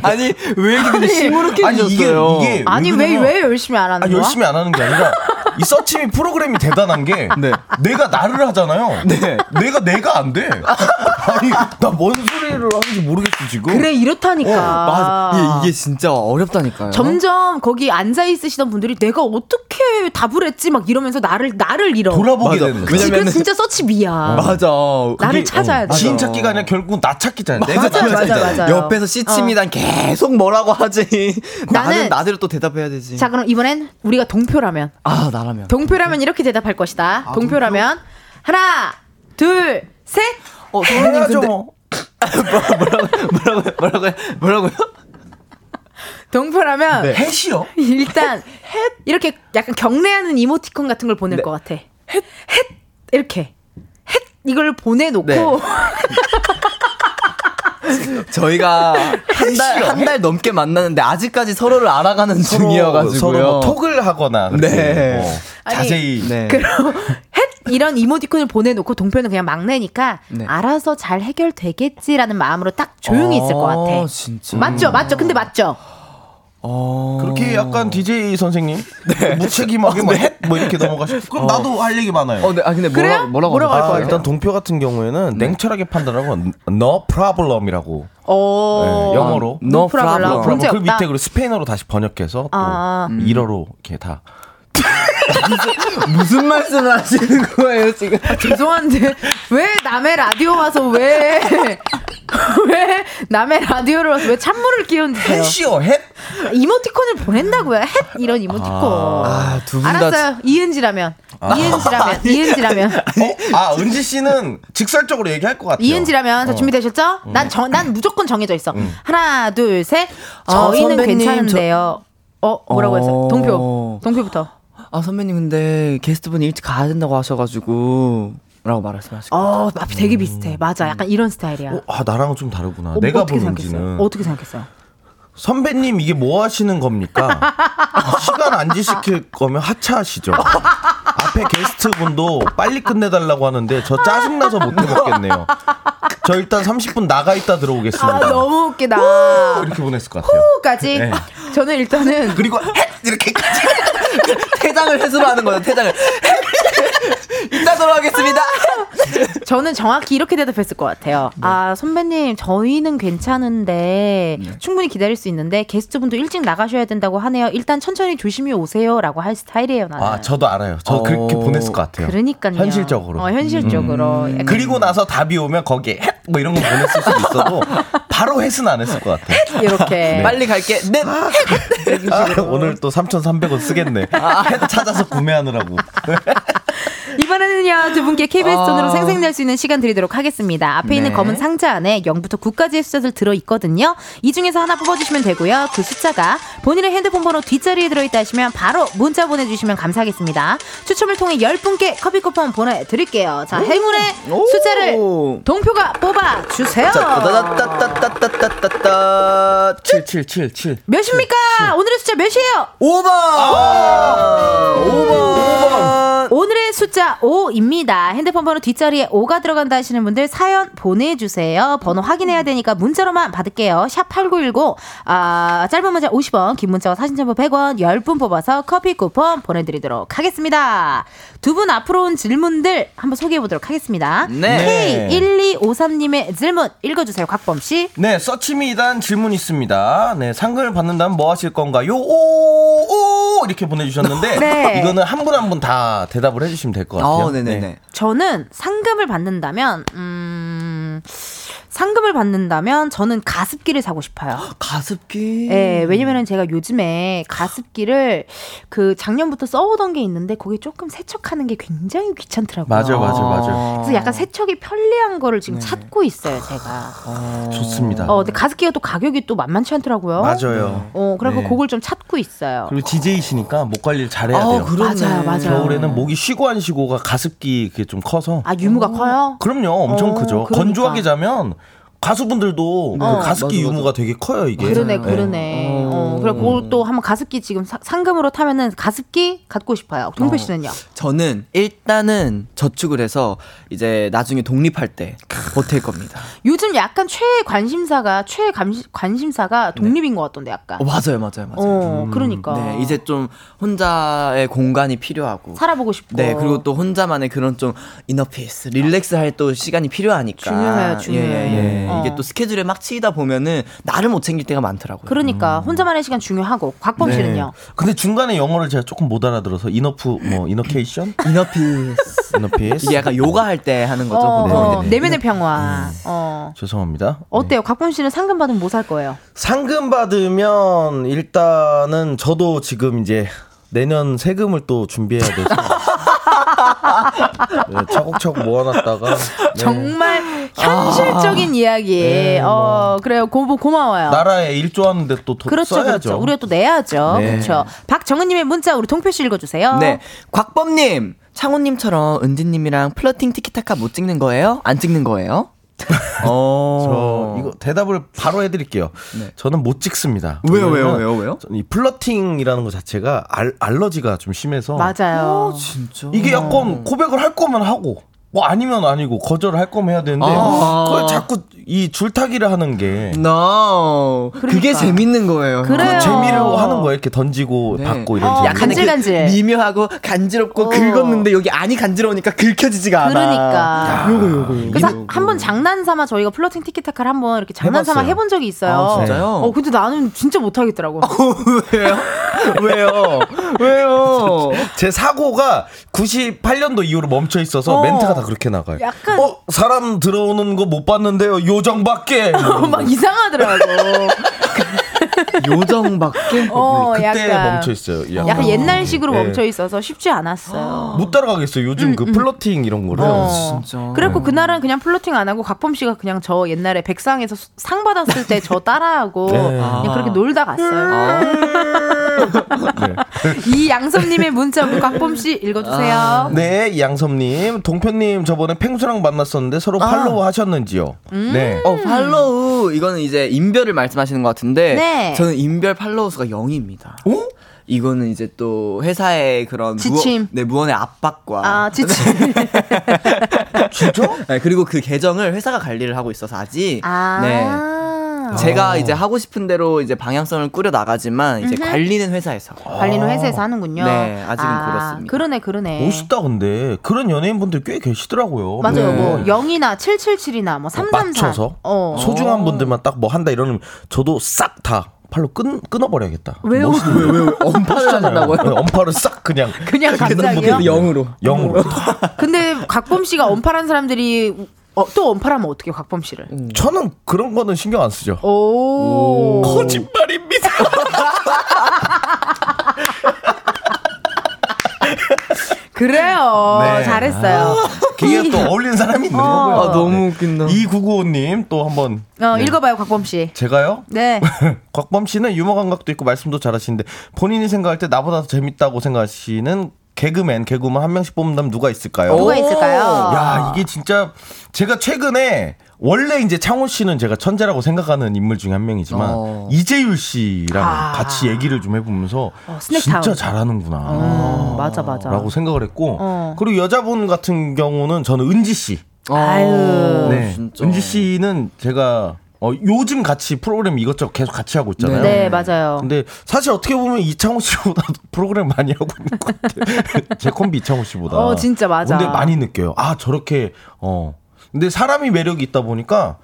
S9: 아니 왜 이렇게 근데 시무룩해졌어요?
S8: 아니, 이게- 이게-
S1: 왜 왜
S8: 왜냐면-
S1: 열심히 안 하는
S8: 아
S1: 거야?
S8: 열심히 안 하는 게 아니라 이 서치미 프로그램이 대단한 게
S9: 네.
S8: 내가 나를 하잖아요.
S9: 네.
S8: 내가 내가 안 돼. 아니 나 뭔 소리를 하는지 모르겠어 지금.
S1: 그래 이렇다니까.
S9: 어, 맞아. 예, 이게, 이게 진짜 어렵다니까요.
S1: 점점 거기 앉아 있으시던 분들이 내가 어떻게 답을 했지 막 이러면서 나를 나를 잃어.
S8: 돌아보게
S9: 맞아.
S8: 되는 거야.
S9: 왜냐면-
S1: 지금
S9: 왜냐면은- 어,
S1: 진짜 서치 미야.
S9: 맞아.
S1: 나를 찾아야 돼.
S8: 지인 찾기가 아니라 결국 나 찾기잖아. 내가
S1: 맞아,
S8: 찾아야
S1: 맞아,
S8: 되잖아.
S1: 맞아.
S9: 옆에서 시침이단 계속 뭐라고 하지.
S1: 어. 나는-
S9: 나는 나대로 또 대답해야 되지.
S1: 자 그럼 이번엔 우리가 동표라면
S9: 아 나라면.
S1: 동표라면 이렇게 대답할 것이다. 동표라면 하나 둘 셋.
S9: 어,
S8: 해야죠,
S9: 선배님 근데
S8: 뭐.
S9: 뭐라고 뭐라고 뭐라고요?
S1: 동표라면
S9: 네.
S8: 네. 해시요?
S1: 일단 이렇게 약간 경례하는 이모티콘 같은 걸 보낼 것 같아. 헷, 헷 이렇게 헷 이걸 보내놓고
S9: 네. 저희가 한 달 한 달 넘게 만나는데 아직까지 서로를 알아가는 중이어가지고요.
S8: 서로 뭐 톡을 하거나 그렇게
S9: 네.
S8: 뭐
S1: 아니,
S8: 자세히
S9: 네.
S1: 그럼 헷 이런 이모티콘을 보내놓고 동표는 그냥 막내니까
S9: 네.
S1: 알아서 잘 해결되겠지라는 마음으로 딱 조용히 있을 것
S9: 아,
S1: 같아.
S9: 진짜. 음.
S1: 맞죠, 맞죠. 근데 맞죠.
S9: 어. 네.
S8: 그렇게 약간 DJ 선생님 무책임하게 뭐 헷 뭐 이렇게 넘어가시고 그럼 나도 할 얘기 많아요.
S9: 어, 네, 아 근데 뭐라, 뭐라고
S8: 아,
S9: 하셨어요?
S8: 일단 동표 같은 경우에는
S1: 네.
S8: 냉철하게 판단하고 no problem이라고
S1: 어.
S8: 네, 영어로
S9: 아, no
S1: 프라블라.
S9: problem.
S1: 문제
S8: problem. 그
S1: 없다.
S8: 밑에 그 스페인어로 다시 번역해서 또
S1: 아.
S8: 일어로 이렇게 다
S9: 무슨 말씀을 하시는 거예요 지금?
S1: 아, 죄송한데 왜 남의 라디오 와서 왜 왜 남의 라디오를 와서 왜 찬물을 끼얹으세요?
S8: 햇이요 햇
S1: 이모티콘을 보낸다고요? 햇 이런 이모티콘.
S9: 아, 두분다 아.
S1: 알았어요. 이은지라면 이은지라면 이은지라면
S8: 어? 아 은지 씨는 직설적으로 얘기할 것 같아요.
S1: 이은지라면 자 준비되셨죠? 난 저 난 무조건 정해져 있어. 하나 둘 셋. 어,
S9: 저
S1: 음. 저희는
S9: 선배님,
S1: 괜찮은데요. 어 뭐라고 했어요?
S9: 어.
S1: 동표 동표부터.
S9: 아 선배님 근데 게스트분이 일찍 가야 된다고 하셔가지고 라고 말씀하시고
S1: 어 앞이 되게 비슷해. 맞아. 약간 이런 스타일이야.
S8: 어, 아 나랑은 좀 다르구나.
S1: 어,
S8: 내가
S1: 어떻게
S8: 본
S1: 생각했어요?
S8: 은지는
S1: 어떻게 생각했어요?
S8: 선배님 이게 뭐 하시는 겁니까? 시간 안 지시킬 거면 하차하시죠. 앞에 게스트분도 빨리 끝내달라고 하는데 저 짜증나서 못 해먹겠네요. 저 일단 30분 나가 있다 들어오겠습니다.
S1: 아 너무 웃기다.
S8: 이렇게 보냈을 것 같아요.
S1: 까지
S8: 네.
S1: 저는 일단은
S8: 그리고 헷! 이렇게까지
S9: 퇴장을 해소로 하는 거예요 퇴장을 이따 돌아오겠습니다
S1: 저는 정확히 이렇게 대답했을 것 같아요. 아 선배님 저희는 괜찮은데 충분히 기다릴 수 있는데 게스트분도 일찍 나가셔야 된다고 하네요. 일단 천천히 조심히 오세요라고 할 스타일이에요 나는.
S8: 아 저도 알아요. 저 그렇게
S9: 어,
S8: 보냈을 것 같아요.
S1: 그러니까요.
S8: 현실적으로. 음.
S1: 어, 현실적으로. 예, 약간
S8: 그리고 나서 답이 오면 거기에 헷! 뭐 이런 거 보냈을 수도 있어도 바로 헷은 안 했을 것 같아요.
S1: 이렇게
S9: 빨리 갈게 네
S8: 아, 오늘 또 3,300원 쓰겠네. 헷 찾아서 구매하느라고.
S1: 이번에는요 두 분께 KBS
S9: 아.
S1: 돈으로 생생낼 수 있는 시간 드리도록 하겠습니다. 앞에 있는
S9: 네.
S1: 검은 상자 안에 0부터 9까지의 숫자들 들어 있거든요. 이 중에서 하나 뽑아주시면 되고요. 그 숫자가 본인의 핸드폰 번호 뒷자리에 들어있다 하시면 바로 문자 보내주시면 감사하겠습니다. 추첨을 통해 10분께 커피 쿠폰 보내드릴게요.
S8: 음.
S1: 자 행운의
S9: 오.
S1: 숫자를 동표가 뽑아주세요.
S9: 따따따따따따따따 7777
S1: 몇입니까? 오늘의 숫자 몇이에요?
S9: 5번 5번
S1: 오늘의 숫자 5입니다. 핸드폰 번호 뒷자리에 5가 들어간다 하시는 분들 사연 보내주세요. 번호 확인해야 되니까 문자로만 받을게요. 샵 8910, 아, 짧은 문자 50원, 긴 문자와 사진 첨부 100원, 10분 뽑아서 커피 쿠폰 보내드리도록 하겠습니다. 두 분 앞으로 온 질문들 한번 소개해보도록 하겠습니다.
S9: 네.
S1: K1253님의 질문 읽어주세요, 곽범씨.
S8: 네, 서치미단 질문 있습니다. 네, 상금을 받는다면 뭐 하실 건가요? 오, 오! 이렇게 보내주셨는데,
S1: 네.
S8: 이거는 한 분 한 분 다 대답을 해주시면 될 것 같아요.
S9: 어 네네네
S1: 저는 상금을 받는다면, 음, 상금을 받는다면 저는 가습기를 사고 싶어요.
S9: 가습기
S1: 예, 왜냐면은 제가 요즘에 가습기를 그 작년부터 써오던 게 있는데 거기 조금 세척하는 게 굉장히 귀찮더라고요.
S8: 맞아, 네. 맞아,
S9: 어.
S8: 맞아.
S1: 그래서 약간 세척이 편리한 거를 지금 찾고 있어요,
S8: 아.
S1: 제가.
S8: 좋습니다.
S1: 어, 근데 가습기가 또 가격이 또 만만치 않더라고요.
S8: 맞아요.
S1: 어, 그래서
S8: 네.
S1: 그걸 좀 찾고 있어요.
S8: 그리고 DJ시니까 목 관리를 잘해야 돼요.
S1: 맞아요, 맞아요.
S8: 겨울에는 뭐 목이 쉬고 안 쉬고가 가습기 그게 좀 커서.
S1: 아, 유무가 커요?
S8: 그럼요, 엄청
S1: 어,
S8: 크죠.
S1: 그러니까. 어,
S8: 건조하게 자면 가수분들도 그 가습기
S9: 맞아, 맞아.
S8: 유무가 되게 커요, 이게.
S1: 그러네,
S8: 네.
S1: 그러네. 어, 그래, 그걸 또 한번 가습기 지금 사- 상금으로 타면은 가습기 갖고 싶어요. 동표 씨는요?
S9: 저는 일단은 저축을 해서 이제 나중에 독립할 때 보탤 겁니다.
S1: 요즘 약간 최애 관심사가, 최애 감시- 관심사가 독립인 것 같던데, 약간.
S9: 네. 어, 맞아요, 맞아요, 맞아요.
S1: 어, 그러니까.
S9: 네, 이제 좀 혼자의 공간이 필요하고.
S1: 살아보고 싶고.
S9: 네, 그리고 또 혼자만의 그런 좀 이너피스, 릴렉스 할 또 시간이 필요하니까.
S1: 중요해요, 중요해요.
S9: 예, 예, 예.
S1: 어.
S9: 이게 또 스케줄에 막 치이다 보면은 나를 못 챙길 때가 많더라고요.
S1: 그러니까
S9: 음.
S1: 혼자만의 시간 중요하고 곽범
S8: 네.
S1: 씨는요.
S8: 근데 중간에 영어를 제가 조금 못 알아들어서 이너프 뭐 이너케이션
S9: 이너피스.
S8: 이너피스
S9: 이게 약간 요가 할 때 하는
S1: 어,
S9: 거죠. 보통.
S1: 어, 내면의 평화.
S9: 음.
S1: 어.
S8: 죄송합니다.
S1: 어때요? 곽범 씨는 상금 받으면 뭐 살 거예요?
S8: 상금 받으면 일단은 저도 지금 이제 내년 세금을 또 준비해야 돼서 네, 차곡차곡 모아놨다가 네.
S9: 아.
S1: 정말 현실적인 이야기.
S9: 네, 뭐.
S1: 어, 그래요. 고, 고마워요.
S8: 나라에 일조하는데 또 도,
S1: 그렇죠,
S8: 써야죠.
S1: 그렇죠. 우리가 또 내야죠.
S8: 네.
S1: 그렇죠. 박정은님의 문자 우리 동표 씨 읽어주세요.
S9: 네. 곽범님, 창호님처럼 은진님이랑 플러팅 티키타카 못 찍는 거예요? 안 찍는 거예요?
S8: 저
S9: 어.
S8: 이거 대답을 바로 해드릴게요. 저는 못 찍습니다.
S9: 왜요, 왜요,
S8: 왜냐면
S9: 왜요, 왜요?
S8: 저는 이 플러팅이라는 것
S9: 어.
S8: 자체가 알, 알러지가 좀 심해서 어,
S1: 맞아요.
S9: 진짜.
S8: 이게 약간 고백을 할 거면 하고 뭐 아니면 아니고 거절할 거면 해야 되는데
S9: 아.
S8: 그걸 자꾸 이 줄타기를 하는 게
S9: No. 그게 재밌는 거예요.
S1: 그러니까. 그래요.
S8: 그 재미로 하는 거예요. 이렇게 던지고
S9: 네.
S8: 받고 이런
S1: 어,
S8: 식으로.
S1: 약간 간질간질.
S9: 미묘하고 간지럽고
S1: 어.
S9: 긁었는데 여기 안이 간지러우니까 긁혀지지가 않아.
S1: 그러니까.
S9: 요거 요거.
S1: 그래서 한번 장난 삼아 저희가 플러팅 티키타카를 한번 이렇게 장난 삼아
S8: 해봤어요.
S1: 해본 적이 있어요.
S9: 아, 진짜요?
S4: 어 근데 나는 진짜 못하겠더라고.
S9: 왜요? 왜요? 왜요?
S8: 제 사고가 98년도 이후로 멈춰 있어서 멘트가 다 그렇게 나가요.
S1: 약간-
S8: 어 사람 들어오는 거 못 봤는데요. 요정밖에. 뭐
S1: 막 이상하더라고.
S9: 요정 밖에?
S1: 어,
S8: 그때
S1: 약간.
S8: 멈춰 있어요. 이
S1: 약간
S8: 양반.
S1: 옛날식으로
S8: 예.
S1: 멈춰 있어서 쉽지 않았어요.
S8: 못 따라가겠어요. 요즘 그 플러팅 이런 거를.
S1: 어.
S9: 진짜. 네.
S1: 그래갖고 그날은 그냥 플러팅 안 하고 각범 씨가 그냥 저 옛날에 백상에서 수- 상 받았을 때 저 따라하고
S9: 네.
S1: 그냥 그렇게 놀다 갔어요. 이 양섭님의 문자 우리 각범 씨 읽어주세요.
S9: 아.
S8: 네, 이양섭님, 동편님 저번에 펭수랑 만났었는데 서로
S1: 아.
S8: 팔로우 하셨는지요?
S1: 음.
S8: 네.
S9: 어, 팔로우. 이거는 이제 인별을 말씀하시는 것 같은데.
S1: 네.
S9: 저는 인별 팔로우 수가 0입니다.
S8: 어?
S9: 이거는 이제 또 회사의 그런
S1: 지침.
S9: 무언, 네, 무언의 압박과
S1: 아 지치.
S9: 네, 그리고 그 계정을 회사가 관리를 하고 있어서 아직
S1: 아.
S9: 네. 제가 이제 하고 싶은 대로 이제 방향성을 꾸려 나가지만 이제 관리는 회사에서
S1: 관리는 회사에서 하는군요.
S9: 아. 네, 아직은 그렇습니다.
S1: 그러네, 그러네.
S8: 멋있다 근데 그런 연예인분들 꽤 계시더라고요.
S1: 맞아요.
S8: 네.
S1: 뭐 0이나 777이나 뭐 333.
S8: 맞춰서
S1: 어.
S8: 소중한 분들만 딱 뭐 한다 이러면 저도 싹 다 팔로 끊 끊어버려야겠다. 뭐
S1: 왜요?
S8: 왜왜
S9: 엄파를 한다고요?
S8: 엄파를 싹 그냥
S1: 그냥
S8: 그런
S1: 갑자기요? 어.
S8: 분들은
S9: 영으로.
S8: 영으로.
S1: 근데 각범 씨가 언팔한 사람들이 어, 또 언팔하면 어떻게 각범 씨를?
S9: 음.
S8: 저는 그런 거는 신경 안 쓰죠.
S1: 어. 오.
S8: 거짓말입니다.
S1: 그래요.
S8: 네.
S1: 잘했어요.
S8: 그게 또 어울리는 사람이 있는 거고요. 네.
S9: 아, 너무 웃긴다.
S8: 이 구구호님 또 한번
S1: 어, 읽어봐요, 곽범 씨.
S8: 제가요?
S1: 네.
S8: 곽범 씨는 유머 감각도 있고 말씀도 잘하시는데 본인이 생각할 때 나보다 더 재밌다고 생각하시는 개그맨 개그우먼 한 명씩 뽑는다면 누가 있을까요?
S1: 누가 있을까요?
S8: 야 이게 진짜 제가 최근에 원래 이제 창호 씨는 제가 천재라고 생각하는 인물 중에 한 명이지만
S9: 어.
S8: 이재율 씨랑
S1: 아. 어,
S8: 같이 얘기를 좀 해보면서
S1: 스낵타운.
S8: 진짜 잘하는구나.
S1: 음, 맞아, 맞아.
S8: 라고 생각을 했고
S1: 어.
S8: 그리고 여자분 같은 경우는 저는 은지 씨
S9: 어,
S1: 아유.
S8: 네. 은지 씨는 제가 어, 요즘 같이 프로그램 이것저것 계속 같이 하고 있잖아요.
S1: 네, 맞아요.
S8: 근데 사실 어떻게 보면 이창호 씨보다 프로그램 많이 하고 있는 것 같아요. 제 콤비 이창호 씨보다.
S1: 어, 진짜 맞아.
S8: 근데 많이 느껴요. 아, 저렇게, 어. 근데 사람이 매력이 있다 보니까,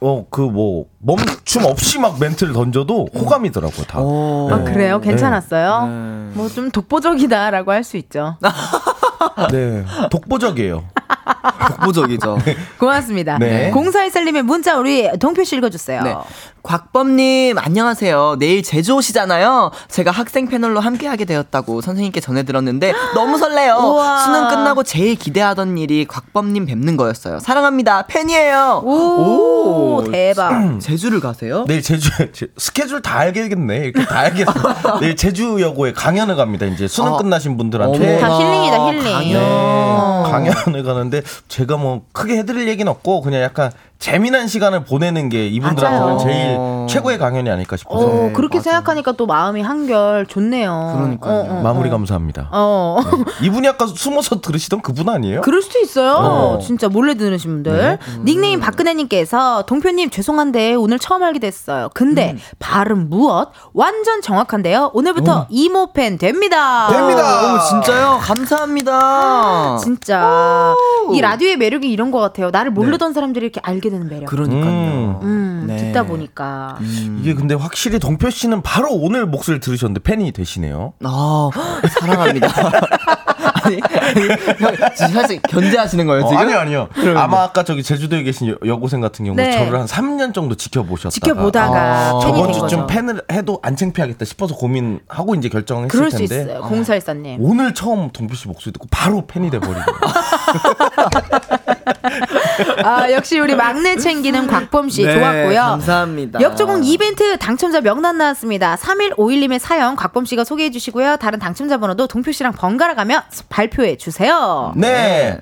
S8: 어, 그 뭐, 멈춤 없이 막 멘트를 던져도 호감이더라고요, 다.
S1: 아, 그래요? 괜찮았어요? 뭐 좀 독보적이다라고 할 수 있죠.
S8: 네. 독보적이에요.
S9: 독보적이죠.
S1: 고맙습니다.
S8: 네.
S1: 공사일살님의 문자 우리 동표 씨 읽어주세요.
S9: 네. 곽범님, 안녕하세요. 내일 제주오시잖아요. 제가 학생 패널로 함께하게 되었다고 선생님께 전해들었는데 너무 설레요.
S1: 우와.
S9: 수능 끝나고 제일 기대하던 일이 곽범님 뵙는 거였어요. 사랑합니다. 팬이에요.
S1: 오,
S9: 오,
S1: 대박.
S9: 제주를
S1: 네.
S9: 가세요?
S8: 내일 제주 제- 스케줄 다 알겠네. 이렇게 다 알겠어. 내일 제주 여고에 강연을 갑니다. 이제 수능
S9: 어.
S8: 끝나신 분들한테
S9: 어머나,
S1: 다 힐링이다, 힐링. 어.
S9: 강연.
S8: 네, 강연을 가는데 제가 뭐 크게 해드릴 얘기는 없고 그냥 약간 재미난 시간을 보내는 게 이분들한테는
S1: 맞아요.
S8: 제일
S9: 어.
S8: 최고의 강연이 아닐까
S1: 오,
S8: 싶어서
S1: 그렇게
S9: 맞아요.
S1: 생각하니까 또 마음이 한결 좋네요.
S9: 그러니까요.
S1: 어, 어,
S8: 마무리 감사합니다.
S1: 어.
S8: 이분이 아까 숨어서 들으시던 그분 아니에요?
S1: 그럴 수도 있어요.
S8: 어.
S1: 진짜 몰래 들으신 분들. 닉네임 박근혜님께서 동표님 죄송한데 오늘 처음 알게 됐어요. 근데 발음 무엇? 완전 정확한데요. 오늘부터 이모팬 됩니다. 아.
S8: 됩니다.
S9: 오, 아, 진짜요? 감사합니다.
S1: 진짜 이 라디오의 매력이 이런 것 같아요. 나를 모르던 사람들이 이렇게 알게 되는 매력.
S9: 그러니까요.
S1: 음,
S9: 네.
S1: 듣다 보니까
S8: 이게 근데 확실히 동표 씨는 바로 오늘 몫을 들으셨는데 팬이 되시네요.
S9: 아, 사랑합니다. 아니, 아니, 형, 지금 사실 견제하시는 거예요,
S8: 어,
S9: 지금?
S8: 아니요, 아니요. 아마 아까 저기 제주도에 계신 여- 여고생 같은 경우
S1: 네.
S8: 저를 한 3년 정도 지켜보셨다가
S1: 지켜보다가
S9: 아,
S1: 팬이
S8: 저번
S1: 된
S8: 주쯤
S1: 거죠.
S8: 팬을 해도 안 창피하겠다 싶어서 고민하고 이제 결정했을
S1: 그럴 수
S8: 텐데
S1: 있어요. 공사일사님.
S8: 오늘 처음 동표 씨 목소리 듣고 바로 팬이 돼버리고
S1: 아, 역시 우리 막내 챙기는 곽범 씨
S9: 네,
S1: 좋았고요.
S9: 감사합니다.
S1: 역조공 이벤트 당첨자 명단 나왔습니다. 3151님의 사연 곽범 씨가 소개해 주시고요. 다른 당첨자 번호도 동표 씨랑 번갈아 가며 발표해 주세요.
S8: 네.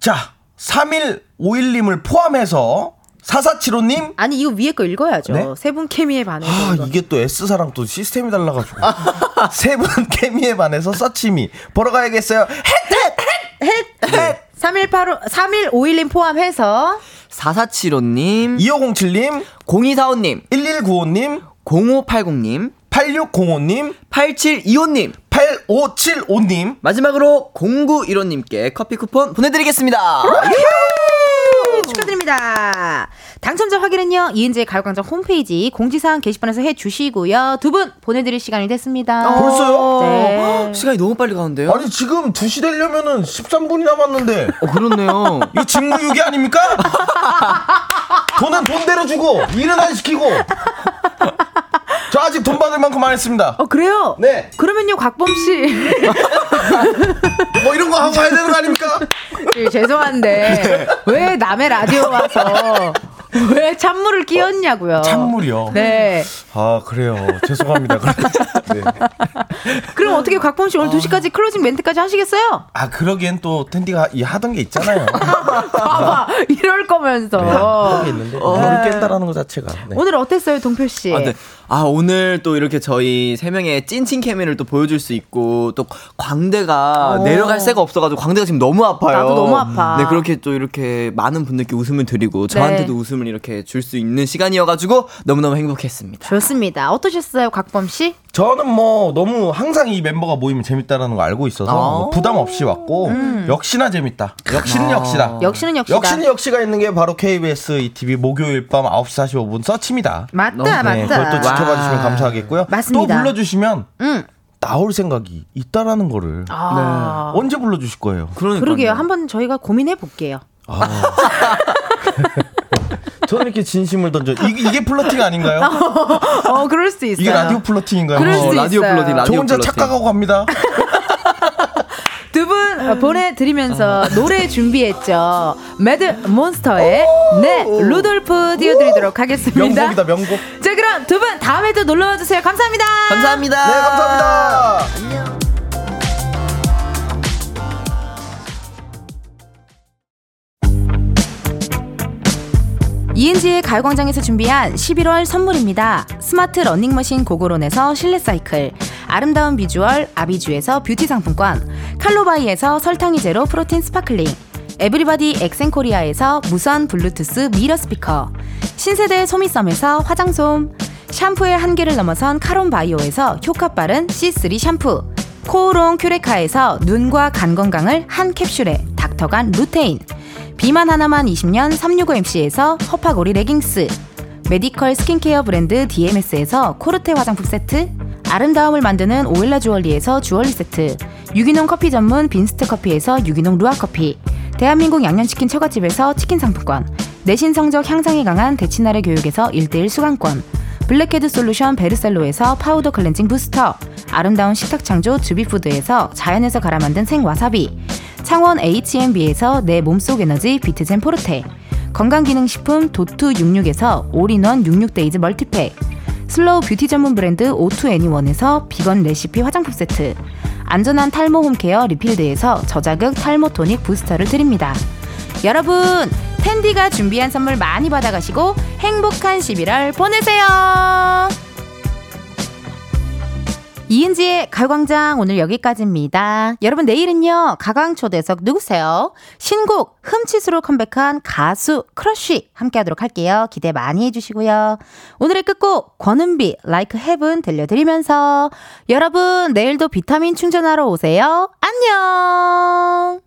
S8: 자, 3151님을 포함해서 4475님
S1: 아니 이거 위에 거 읽어야죠.
S8: 네?
S1: 세 분 케미에 반해서.
S8: 아,
S1: 이거.
S8: 이게 또 S사랑 또 시스템이 달라가지고. 세 분 케미에 반해서 서치미. 보러 가야겠어요. 헷! 헷! 헷! 헷!
S1: 3185, 3151님 포함해서
S9: 4475님,
S8: 2507님,
S9: 0245님,
S8: 1195님,
S9: 0580님,
S8: 8605님,
S9: 8725님,
S8: 8575님.
S9: 마지막으로 0915님께 커피 쿠폰 보내드리겠습니다.
S1: 축하드립니다. 당첨자 확인은요, 이은재 가요광장 홈페이지 공지사항 게시판에서 해주시고요. 두 분 보내드릴 시간이 됐습니다.
S8: 아, 벌써요? 아,
S1: 네.
S9: 시간이 너무 빨리 가는데요?
S8: 아니 지금 2시 되려면은 13분이 남았는데
S9: 어, 그렇네요.
S8: 이 직무유기 아닙니까? 돈은 돈대로 주고 일은 안 시키고 저 아직 돈 받을 만큼 안 했습니다
S1: 어, 그래요?
S8: 네.
S1: 그러면요, 곽범씨.
S8: 뭐 이런 거 하고 해야 되는 거 아닙니까?
S1: 예, 죄송한데,
S8: 네.
S1: 왜 남의 라디오 와서 왜 찬물을 끼얹냐고요.
S8: 어, 찬물이요?
S1: 네.
S8: 아 그래요 죄송합니다 그럼- 네.
S1: 그럼 어떻게 곽범씨 오늘 2시까지 클로징 멘트까지 하시겠어요?
S8: 아 그러기엔 또 텐디가 이 하던 게 있잖아요
S1: 봐봐, 이럴 거면서.
S8: 하던 게 있는데 돈을 깬다라는 것 자체가 네.
S1: 오늘 어땠어요, 동표씨?
S9: 아, 네. 아, 오늘 또 이렇게 저희 세 명의 찐친 케미를 또 보여줄 수 있고 또 광대가 내려갈 새가 없어가지고 광대가 지금 어. 너무 아파요.
S1: 나도 너무 아파.
S9: 네 그렇게 또 이렇게 많은 분들께 웃음을 드리고 저한테도 웃음을 이렇게 줄 수 있는 시간이어가지고 너무너무 행복했습니다.
S1: 좋습니다. 어떠셨어요, 곽범씨?
S8: 저는 뭐 너무 항상 이 멤버가 모이면 재밌다라는 거 알고 있어서 뭐 부담 없이 왔고 역시나 재밌다. 역시는 역시다.
S1: 음. 아. 역시는 역시다.
S8: 역시는 역시가 있는 게 바로 KBS 이 TV 목요일 밤 9시 45분 서치입니다.
S1: 맞다,
S8: 네, 그걸 또
S1: 맞다.
S8: 지켜봐 주시면
S9: 와.
S8: 감사하겠고요.
S1: 맞습니다.
S8: 또 불러주시면
S1: 응.
S8: 나올 생각이 있다라는 거를
S1: 아.
S8: 언제 불러주실 거예요?
S9: 네. 그러니까요.
S1: 그러게요. 한번 저희가 고민해 볼게요.
S8: 저는 이렇게 진심을 던져. 이게, 이게 플러팅 아닌가요?
S1: 어, 그럴 수 있어요.
S8: 이게 라디오 플러팅인가요?
S1: 그럴
S9: 어,
S1: 수
S9: 라디오
S1: 있어요.
S9: 플러팅, 라디오
S8: 저 혼자
S9: 플러팅.
S8: 착각하고 갑니다.
S1: 두 분
S8: 어.
S1: 보내드리면서 노래 준비했죠. 매드 몬스터의 네 루돌프 띄워드리도록 하겠습니다.
S8: 명곡이다, 명곡.
S1: 자 그럼 두 분 다음에 또 놀러 와주세요. 감사합니다.
S9: 감사합니다.
S8: 네, 감사합니다.
S1: 이은지의 가요광장에서 준비한 11월 선물입니다. 스마트 러닝머신 고고론에서 실내 사이클, 아름다운 비주얼 아비주에서 뷰티 상품권, 칼로바이에서 설탕이 제로 프로틴 스파클링, 에브리바디 엑센코리아에서 무선 블루투스 미러 스피커, 신세대 소미썸에서 화장솜, 샴푸의 한계를 넘어선 카론바이오에서 효과 빠른 C3 샴푸, 코오롱 큐레카에서 눈과 간 건강을 한 캡슐에 닥터간 루테인, 비만 하나만 20년 365MC에서 허파고리 레깅스 메디컬 스킨케어 브랜드 DMS에서 코르테 화장품 세트 아름다움을 만드는 오일라 주얼리에서 주얼리 세트 유기농 커피 전문 빈스트 커피에서 유기농 루아 커피 대한민국 양념치킨 처갓집에서 치킨 상품권 내신 성적 향상에 강한 대치나래 교육에서 1대1 수강권 블랙헤드 솔루션 베르셀로에서 파우더 클렌징 부스터 아름다운 식탁 창조 주비푸드에서 자연에서 갈아 만든 생와사비 창원 H&B에서 내 몸속 에너지 비트젠 포르테 건강기능식품 도투66에서 올인원 66데이즈 멀티팩 슬로우 뷰티 전문 브랜드 오투애니원에서 비건 레시피 화장품 세트 안전한 탈모 홈케어 리필드에서 저자극 탈모 토닉 부스터를 드립니다 여러분 텐디가 준비한 선물 많이 받아가시고 행복한 11월 보내세요. 이은지의 가요광장 오늘 여기까지입니다. 여러분 내일은요 가광초대석 누구세요? 신곡 흠칫으로 컴백한 가수 크러쉬 함께하도록 할게요. 기대 많이 해주시고요. 오늘의 끝곡 권은비 Like Heaven 들려드리면서 여러분 내일도 비타민 충전하러 오세요. 안녕.